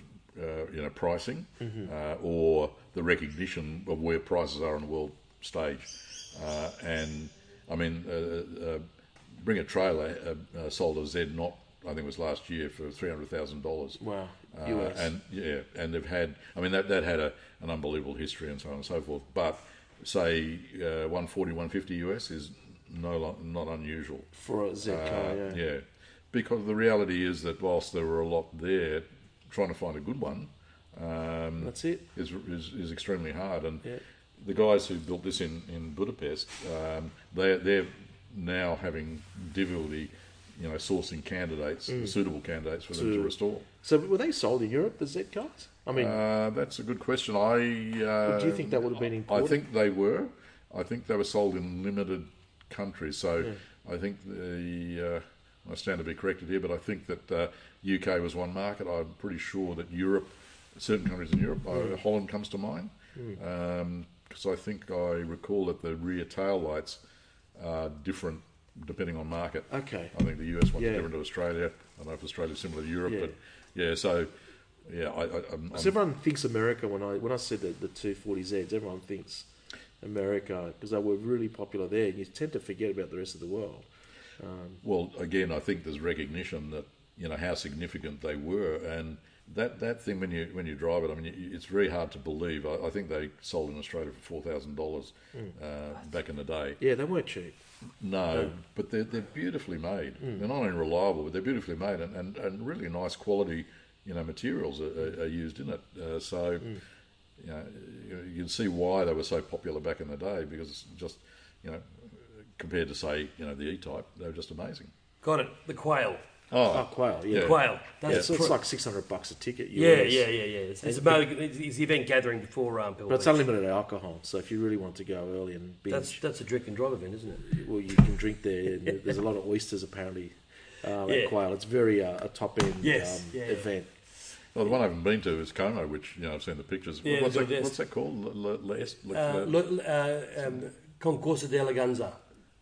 S3: uh, you know pricing uh, or the recognition of where prices are on the world stage. Uh, and I mean, uh, uh, bring a trailer uh, uh, sold a Z not. I think it was last year for three hundred thousand dollars.
S1: wow.
S3: Uh,
S1: US.
S3: and yeah, and they've had. I mean, that that had a, an unbelievable history and so on and so forth. But say uh, 140, 150 US is no lo- not unusual.
S1: for a Z car,
S3: Uh,
S1: Oh, yeah.
S3: yeah, because the reality is that whilst there were a lot there, trying to find a good one um,
S1: That's it.
S3: is, is is extremely hard. And
S1: Yeah.
S3: the guys who built this in in Budapest, um, they they're now having difficulty, you know, sourcing candidates, suitable candidates for them
S1: Mm. To-
S3: to restore.
S1: So were they sold in Europe, the Z cars? I mean,
S3: Uh, that's a good question. I. Uh,
S1: do you think that would have been
S3: I
S1: important?
S3: think they were. I think they were sold in limited countries. So
S1: Hmm.
S3: I think the. Uh, I stand to be corrected here, but I think that uh, UK was one market. I'm pretty sure that Europe, certain countries in Europe,
S1: Hmm.
S3: uh, Holland comes to mind, because I think I recall that the rear tail lights are different depending on market.
S1: okay.
S3: I think the US one's
S1: Yeah.
S3: different to Australia. I don't know if Australia's similar to Europe,
S1: Yeah.
S3: but yeah. So yeah, I, I, I'm,
S1: So everyone thinks America when I when I said the, the 240Zs, everyone thinks America because they were really popular there. And you tend to forget about the rest of the world.
S3: Well, again, I think there's recognition that you know how significant they were, and that, that thing when you when you drive it, I mean, you- it's very hard to believe. I, I think they sold in Australia for four thousand dollars uh, back in the day.
S1: Yeah, they weren't cheap.
S3: No, but they're they're beautifully made. They're not only reliable, but they're beautifully made, and, and, and really nice quality. You know, materials are, are, are used in it, uh, so you know you you can see why they were so popular back in the day because it's just you know compared to say you know the E type, they were just amazing.
S2: Got it. The quail.
S1: Oh, quail, yeah.
S3: Uh, Yeah.
S2: Quail. That's
S1: Yeah, so it's
S2: pr-
S1: like 600 bucks a ticket.
S2: yeah,
S1: US.
S2: yeah, yeah, yeah. It's, it's about it's, it's the event gathering before um, Pebble
S1: But it's
S2: Beach.
S1: unlimited alcohol, so if you really want to go early and binge,
S2: That's that's a drink and drive event, isn't it?
S1: well, you can drink there.
S2: <laughs>
S1: And There's a lot of oysters apparently um,
S2: Yeah.
S1: at Quail. It's very uh, a top end
S2: Yes,
S1: um,
S2: yeah, yeah.
S1: event.
S3: Well, the one I haven't been to is Como, which you know I've seen the pictures.
S2: Yeah,
S3: what's,
S2: it's
S3: that,
S2: like
S3: what's that called? L- L- Lest- L-
S2: Uh,
S3: L-
S2: lo- uh, um, Concorso d'Eleganza.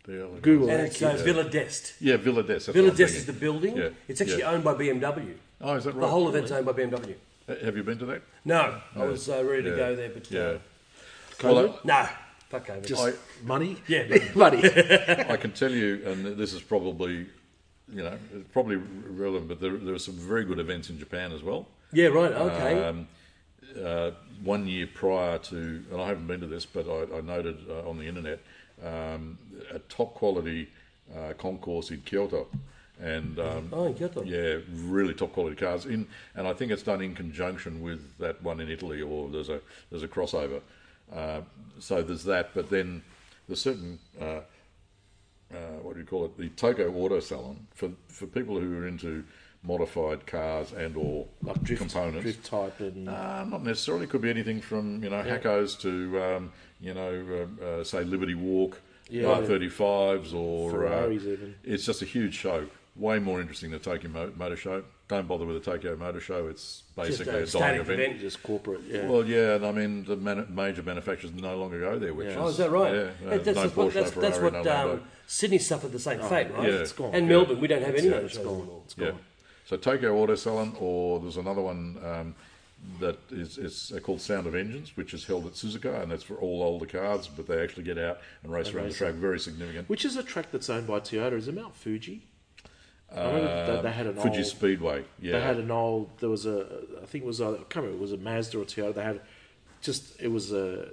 S3: L-
S1: Google
S2: And
S1: that,
S2: it's uh, Villa d'Este.
S3: Yeah, Villa Des. that's what
S2: Villa
S3: I'm
S2: d'Este is the
S3: thinking.
S2: building.
S3: Yeah,
S2: It's actually
S3: yeah.
S2: owned by BMW.
S3: Oh, is that right?
S2: The whole event's owned by BMW.
S3: Ha- Have you been to that?
S2: No, I was uh, ready to
S3: Yeah.
S2: go there, but uh,
S3: Yeah.
S1: COVID?
S3: Well,
S2: no, fuck over.
S1: Just
S3: I-
S1: money? <laughs>
S2: Yeah. <laughs>
S1: money.
S3: I, I can tell you, and this is probably, you know, it's probably relevant, but there, there are some very good events in Japan as well.
S2: yeah, right. Okay.
S3: Um, uh, one year prior to, and I haven't been to this, but I, I noted uh, on the internet um, a top quality uh, concourse in Kyoto, and um,
S2: Oh, in Kyoto.
S3: yeah, really top quality cars. In and I think it's done in conjunction with that one in Italy, or there's a there's a crossover. Uh, so there's that, but then there's certain uh, uh, what do you call it, the Togo Auto Salon for for people who are into modified cars and or
S1: Like drift,
S3: components.
S1: drift type and
S3: Uh, not necessarily. It could be anything from you know hackos to um, you know uh, uh, say Liberty Walk,
S1: Yeah.
S3: R thirty fives, or
S1: Ferraris
S3: uh,
S1: even.
S3: It's just a huge show. Way more interesting than the Tokyo Mo- Motor Show. Don't bother with the Tokyo Motor Show. It's basically
S2: a
S3: a dying
S2: static
S3: event.
S2: event.
S1: just corporate. Yeah.
S3: Well, yeah, and I mean the man- major manufacturers no longer go there, which is
S2: Oh, is that right?
S3: Yeah, uh,
S2: Hey,
S3: no
S2: that's, that's what,
S3: Porsche, no
S2: that's, that's
S3: Ferrari,
S2: what
S3: no Lambo.
S2: um, Sydney suffered the same fate, right?
S3: yeah. It's
S1: gone.
S2: And
S1: Yeah.
S2: Melbourne, we don't have any
S1: yeah,
S2: of those
S1: it's
S2: shows
S1: gone.
S2: anymore.
S1: It's
S3: Yeah.
S1: gone.
S3: So Tokyo Auto Salon, or there's another one um, that is it's called Sound of Engines, which is held at Suzuka, and that's for all older cars. But they actually get out and race around the track. Very significant.
S1: Which is a track that's owned by Toyota. Is it Mount Fuji? I remember they, they had an
S3: Fuji
S1: old,
S3: Speedway. Um, Yeah,
S1: They had an old. There was a. I think it was. either- I can't remember. It was a Mazda or Toyota. They had just. It was a,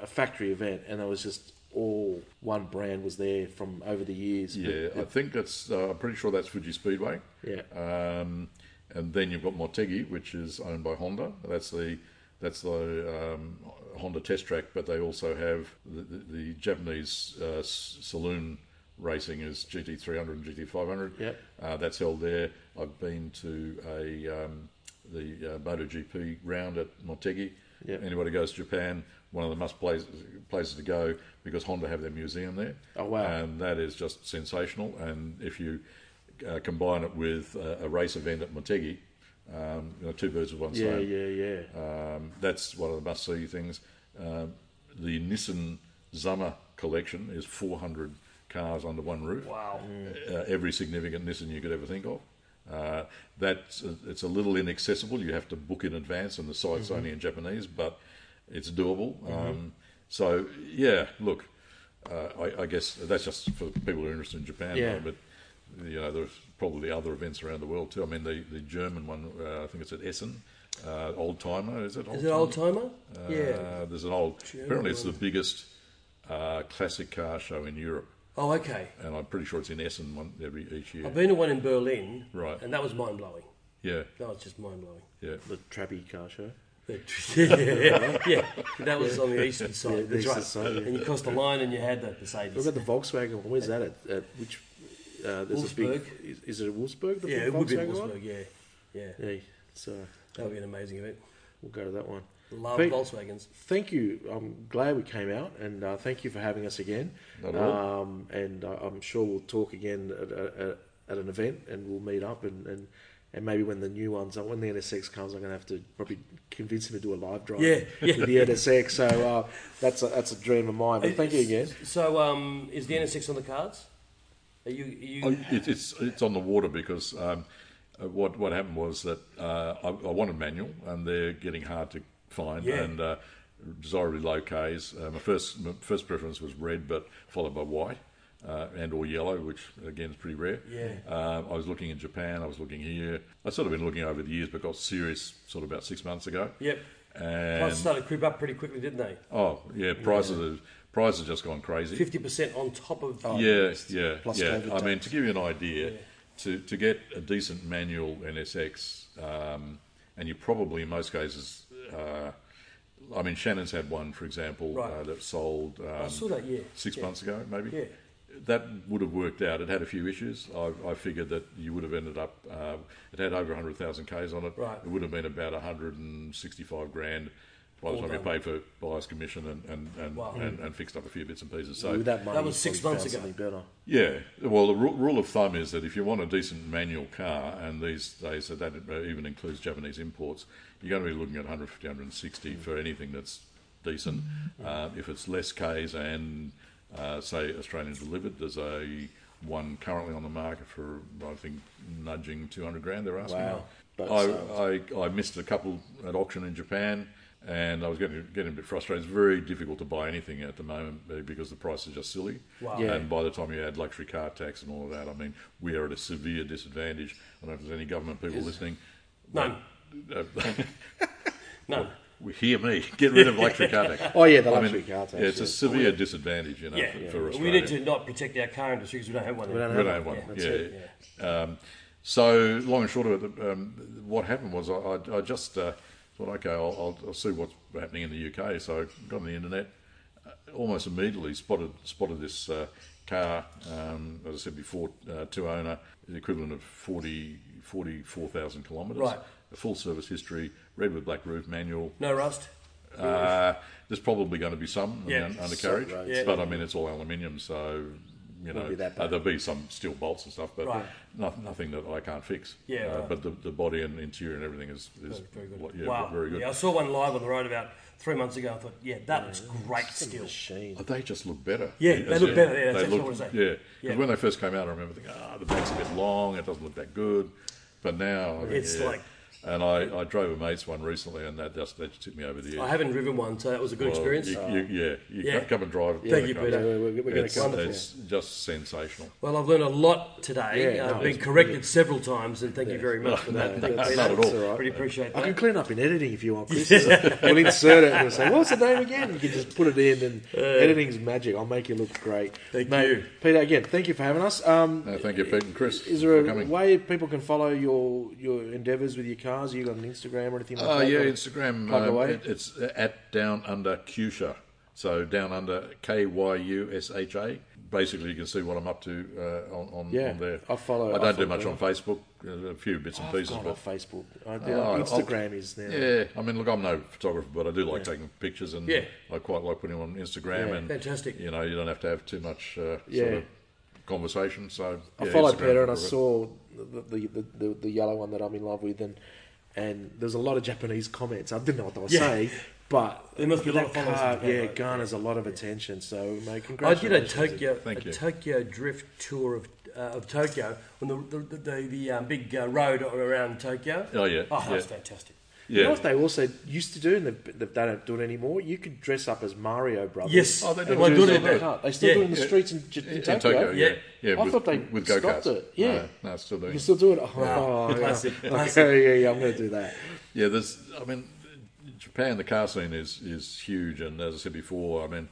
S1: a factory event, and there was just all one brand was there from over the years.
S3: yeah. I think that's. Uh, I'm pretty sure that's Fuji Speedway.
S1: Yeah.
S3: Um, and then you've got Motegi, which is owned by Honda. That's the that's the um, Honda test track, but they also have the, the, the Japanese uh, s- saloon racing is GT300 and GT500.
S1: Yep.
S3: Uh, that's held there. I've been to a um, the uh, MotoGP round at Motegi.
S1: Yep.
S3: Anybody goes to Japan, one of the must places, places to go because Honda have their museum there. Uh,
S1: Oh, wow.
S3: And that is just sensational. And if you uh, combine it with uh, a race event at Motegi, um, you know, two birds with one
S1: yeah,
S3: stone.
S1: yeah, yeah.
S3: Um, that's one of the must see things. Um, the Nissan Zama collection is 400 cars under one roof.
S2: Wow.
S3: Uh, every significant Nissan you could ever think of. Uh, that's it's a little inaccessible. You have to book in advance, and the site's
S2: Mm-hmm.
S3: only in Japanese, but it's doable. Um, so yeah, look, uh, I, I guess that's just for people who are interested in Japan.
S1: Yeah.
S3: But you know, there's probably other events around the world too. I mean, the, the German one, uh, I think it's at Essen, uh, Old Timer, is it? Old
S2: Is it old timer?
S3: Uh,
S2: yeah.
S3: There's an old, apparently it's the biggest uh, classic car show in Europe.
S2: Oh, okay.
S3: And I'm pretty sure it's in Essen one, every each year.
S2: I've been to one in Berlin,
S3: Right.
S2: And that was mind blowing.
S3: Yeah,
S2: That was just mind blowing.
S3: yeah.
S1: The Trappy Car Show.
S2: yeah, <laughs> yeah, that was on the eastern side.
S1: the
S2: that's
S1: eastern
S2: right.
S1: side, yeah.
S2: And you crossed the line, and you had the
S1: What
S2: Mercedes.
S1: about the Volkswagen one? Where's that at? at which uh, there's a big.
S2: Wolfsburg.
S1: Is, is it at Wolfsburg? The
S2: yeah,
S1: big
S2: it would be
S1: Volkswagen one?
S2: Wolfsburg. Yeah, yeah,
S1: Yeah, so
S2: that would be an amazing event.
S1: we'll go to that one.
S2: Love
S1: Pete,
S2: Volkswagens.
S1: Thank you. I'm glad we came out, and uh, thank you for having us again.
S3: Not at all.
S1: Um, and uh, I'm sure we'll talk again at, at, at an event, and we'll meet up, and, and, and maybe when the new ones, when the NSX comes, I'm going to have to probably convince him to do a live drive
S2: Yeah, yeah.
S1: with the NSX. So uh, that's a, that's a dream of mine. But Oh, thank you again.
S2: So, um, is the NSX on the cards? Are you? Are you
S3: Oh, it, it's it's on the water because um, uh, what what happened was that uh, I, I wanted manual and they're getting hard to find
S2: Yeah.
S3: and uh, desirably low K's. Uh, my first my first preference was red, but followed by white uh, and or yellow, which again is pretty rare.
S2: Yeah.
S3: Um, I was looking in Japan. I was looking here. I sort of been looking over the years, but got serious sort of about six months ago.
S2: Yep.
S3: And
S2: Prices started to creep up pretty quickly, didn't they?
S3: oh yeah, prices have prices have just gone crazy.
S2: Fifty percent on top of.
S3: Oh, Yeah, yeah,
S1: plus
S3: yeah.
S1: COVID
S3: I mean, to give you an idea, to, to get a decent manual NSX, um, and you probably in most cases, uh, I mean, Shannon's had one, for example,
S2: Right.
S3: uh, that sold um,
S2: I saw that. Yeah.
S3: six
S2: yeah.
S3: months ago, maybe.
S2: Yeah.
S3: That would have worked out. It had a few issues. I, I figured that you would have ended up. Uh, it had over 100,000 k's on it.
S2: Right.
S3: It would have been about 165 grand by the
S2: All
S3: time you
S2: done.
S3: paid for buyer's commission and and, and,
S2: Wow.
S3: and and fixed up a few bits and pieces. So
S1: With that money,
S2: was
S1: you
S2: six
S1: probably
S2: months
S1: found
S2: ago.
S1: something Better.
S3: yeah, well, the ru- rule of thumb is that if you want a decent manual car, and these days that, that even includes Japanese imports, you're going to be looking at 150, 160 for anything that's decent. Uh, if it's less Ks and, uh, say, Australian delivered, there's a one currently on the market for, I think, nudging 200 grand, they're asking.
S1: Wow. But,
S3: I, I, I missed a couple at auction in Japan, and I was getting getting a bit frustrated. It's very difficult to buy anything at the moment uh, because the prices are just silly.
S2: Wow.
S1: Yeah.
S3: And by the time you add luxury car tax and all of that, I mean, we are at a severe disadvantage. I don't know if there's any government people listening.
S2: None.
S3: Uh, <laughs>
S2: None.
S3: hear me. Get rid of luxury car tax.
S1: Oh yeah, the
S3: I
S1: luxury
S3: mean,
S1: car tax.
S3: yeah, it's a severe disadvantage, you know,
S2: Yeah.
S3: for, for Australia.
S2: we need to not protect our car industry because we don't have one.
S1: don't
S2: there.
S3: We don't have one.
S1: That's
S3: Yeah.
S1: it.
S3: Um, so long and short of it, um, what happened was I, I, I just uh, thought, okay, I'll, I'll, I'll see what's happening in the UK. So I got on the internet, uh, almost immediately spotted spotted this uh, car. Um, as I said before, uh, two owner, the equivalent of 40, 44,000 kilometres.
S2: Right.
S3: A full service history, red with black roof, manual,
S2: No rust.
S3: uh, there's probably going to be some
S2: Yeah.
S3: in the un- undercarriage,
S1: Some, right.
S2: Yeah.
S3: but I mean it's all aluminium, so you know
S1: be that
S3: uh,
S1: bad.
S3: there'll be some steel bolts and stuff, but
S2: Right.
S3: no- nothing that I can't fix.
S2: Yeah,
S3: Uh,
S2: right.
S3: but the, the body and interior and everything is, is
S2: Very good.
S3: Yeah,
S2: wow.
S3: very good.
S2: Yeah, I saw one live on the road about three months ago. I thought, yeah, that looks great
S1: Some
S2: still.
S1: machine.
S3: But they just look better.
S2: Yeah, they
S3: As
S2: look
S3: in,
S2: better, yeah, that's
S3: they
S2: actually
S3: look-
S2: what I was saying.
S3: Yeah, because
S2: Yeah.
S3: when they first came out, I remember thinking, ah, the back's a bit long, it doesn't look that good. But now,
S2: It's
S3: yeah.
S2: like-
S3: and I, I drove a mate's one recently, and that just that just took me over the edge.
S2: I haven't driven one, so that was a good
S3: Well,
S2: experience.
S3: You, you, yeah, you
S2: Oh, Yeah.
S3: can't come and drive. it.
S2: Thank you,
S3: Can't
S2: Peter.
S3: come.
S1: We're- we're- we're gonna
S3: it's,
S1: come.
S3: it's just sensational.
S2: Well, I've learned a lot today.
S1: Yeah,
S2: I've
S1: no,
S2: been
S1: it's
S2: corrected several times, and thank you very
S3: <laughs>
S2: much for that. Thank you,
S1: that's-
S2: Peter.
S3: Not at all.
S1: that's all right.
S2: Really appreciate
S1: I
S2: that.
S1: can clean up in editing if you want, Chris. <laughs> we'll insert it and we'll say, "What's the name again?" You can just put it in, and editing's magic. I'll make you look great.
S2: Thank
S1: Mate,
S2: you.
S1: Peter. Again, thank you for having us. Um,
S3: No, thank you, Pete and Chris.
S1: is there
S3: for
S1: a
S3: coming.
S1: way people can follow your your endeavours with your cars? You got an Instagram or anything like
S3: Oh
S1: that?
S3: yeah,
S1: Or-
S3: Instagram.
S1: Plug
S3: um,
S1: away.
S3: it- it's at down under Kyusha. So down under K Y U S H A. Basically, you can see what I'm up to uh, on, on,
S1: Yeah,
S3: on there.
S1: I follow-
S3: I
S1: I
S3: don't
S1: follow
S3: do much
S1: them.
S3: on Facebook. uh, A few bits and
S1: I've
S3: pieces,
S1: gone
S3: but
S1: off Facebook. I do,
S3: Oh, I'll-
S1: Instagram is now.
S3: yeah. I mean, look, I'm no photographer, but I do like taking pictures, and
S2: Yeah.
S3: I quite like putting them on Instagram.
S1: Yeah.
S3: And
S2: Fantastic.
S3: You know, you don't have to have too much uh, sort
S1: Yeah.
S3: of conversation. So
S1: I
S3: yeah,
S1: followed
S3: Instagram
S1: Peter and I
S3: for it.
S1: saw the the, the, the the yellow one that I'm in love with, and and there's a lot of Japanese comments. I didn't know what they were
S2: Yeah.
S1: saying, but
S2: There must be a lot of
S1: that
S2: followers
S1: car,
S2: in Japan,
S1: yeah,
S2: right?
S1: garners a lot of attention. So, mate,
S2: I did a
S1: congratulations.
S2: Tokyo,
S3: Thank
S2: a
S3: you.
S2: Tokyo drift tour of, uh, of Tokyo on the the, the, the, the um, big uh, road around Tokyo.
S3: Oh, yeah,
S2: oh that was
S3: yeah.
S2: fantastic.
S1: You know
S3: Yeah.
S1: what they also used to do, and they, they don't do it anymore. You could dress up as Mario Brothers.
S2: Yes,
S3: Oh, they do
S1: and
S3: it.
S1: do it
S3: They do
S1: in their
S3: it.
S1: car. They still do it in the
S3: Yeah.
S1: streets in, J- in
S3: In
S1: Tokyo.
S3: Tokyo, yeah,
S2: Yeah.
S3: yeah.
S1: I
S3: with,
S1: thought they
S3: with go
S1: stopped
S3: karts.
S1: it, yeah.
S3: no, no, it's still
S1: You
S3: doing.
S1: can
S3: it.
S1: still do it. Oh, yeah.
S2: classic, classic.
S1: Okay, yeah, yeah, I'm going to do that.
S3: Yeah, there's. I mean, Japan, the car scene is is huge, and as I said before, I mean,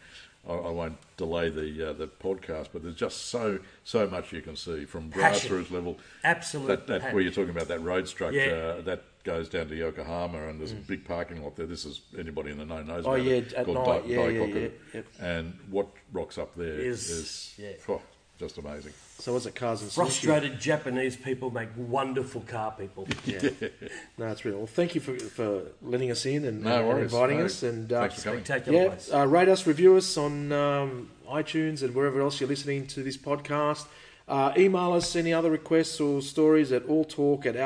S3: I, I won't delay the uh, the podcast, but there's just so so much you can see from
S2: Passion.
S3: grassroots level.
S2: Absolute
S3: That, that
S2: passion.
S3: where you're talking about that road structure uh,
S2: Yeah.
S3: that goes down to Yokohama, and there's a big parking lot there. This is anybody in the know knows.
S1: Mm. Oh,
S3: about
S1: yeah,
S3: it,
S1: at
S3: called
S1: night, yeah, yeah,
S3: Daikoku.
S1: yeah, yep.
S3: And what rocks up there
S2: Is-
S3: is,
S2: yeah.
S3: oh, just amazing.
S1: So, what's it, cars and sushi?
S2: Frustrated Japanese people make wonderful car people.
S1: <laughs> No, it's real. Well, thank you for, for letting us in and,
S3: No
S1: and
S3: worries.
S1: inviting
S3: No.
S1: us. And uh,
S3: Thanks for coming.
S2: Spectacular
S1: yeah,
S2: place.
S1: uh, rate us, review us on um, iTunes and wherever else you're listening to this podcast. Uh, email us any other requests or stories at alltalk at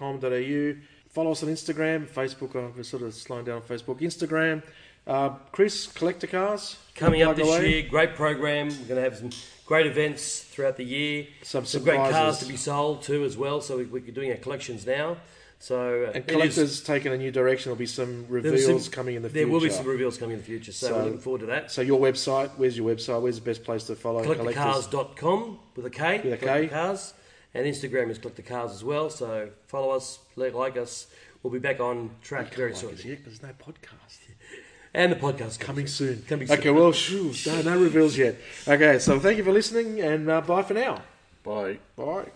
S1: outlook.com.au. Follow us on Instagram, Facebook. uh, We're sort of slowing down on Facebook. Instagram. Uh, Chris, Collector Cars.
S2: Coming up
S1: plug
S2: this
S1: away.
S2: year, great program. We're going to have some great events throughout the year.
S1: Some
S2: great cars
S1: surprises.
S2: to be sold too, as well. So we, we're doing our collections now. So uh,
S1: And
S2: it is-
S1: Collector's taken a new direction. There'll be some
S2: there'll be
S1: reveals
S2: some-
S1: coming in the
S2: There
S1: future.
S2: will be some reveals coming in the future. So,
S1: So-
S2: we're looking forward to that.
S1: So, your website, where's your website? Where's the best place to follow Collectors?
S2: collectthecars.com with a K.
S1: With a K.
S2: Collect the Cars. And Instagram is collect the cars as well. So follow us, like like us. We'll be back on track very soon.
S1: Yeah, because there's no podcast.
S2: And the podcast
S1: Coming soon.
S2: Coming
S1: okay, well, shoo, no, no reveals yet. Okay, so thank you for listening and uh, bye for now.
S3: Bye.
S1: Bye.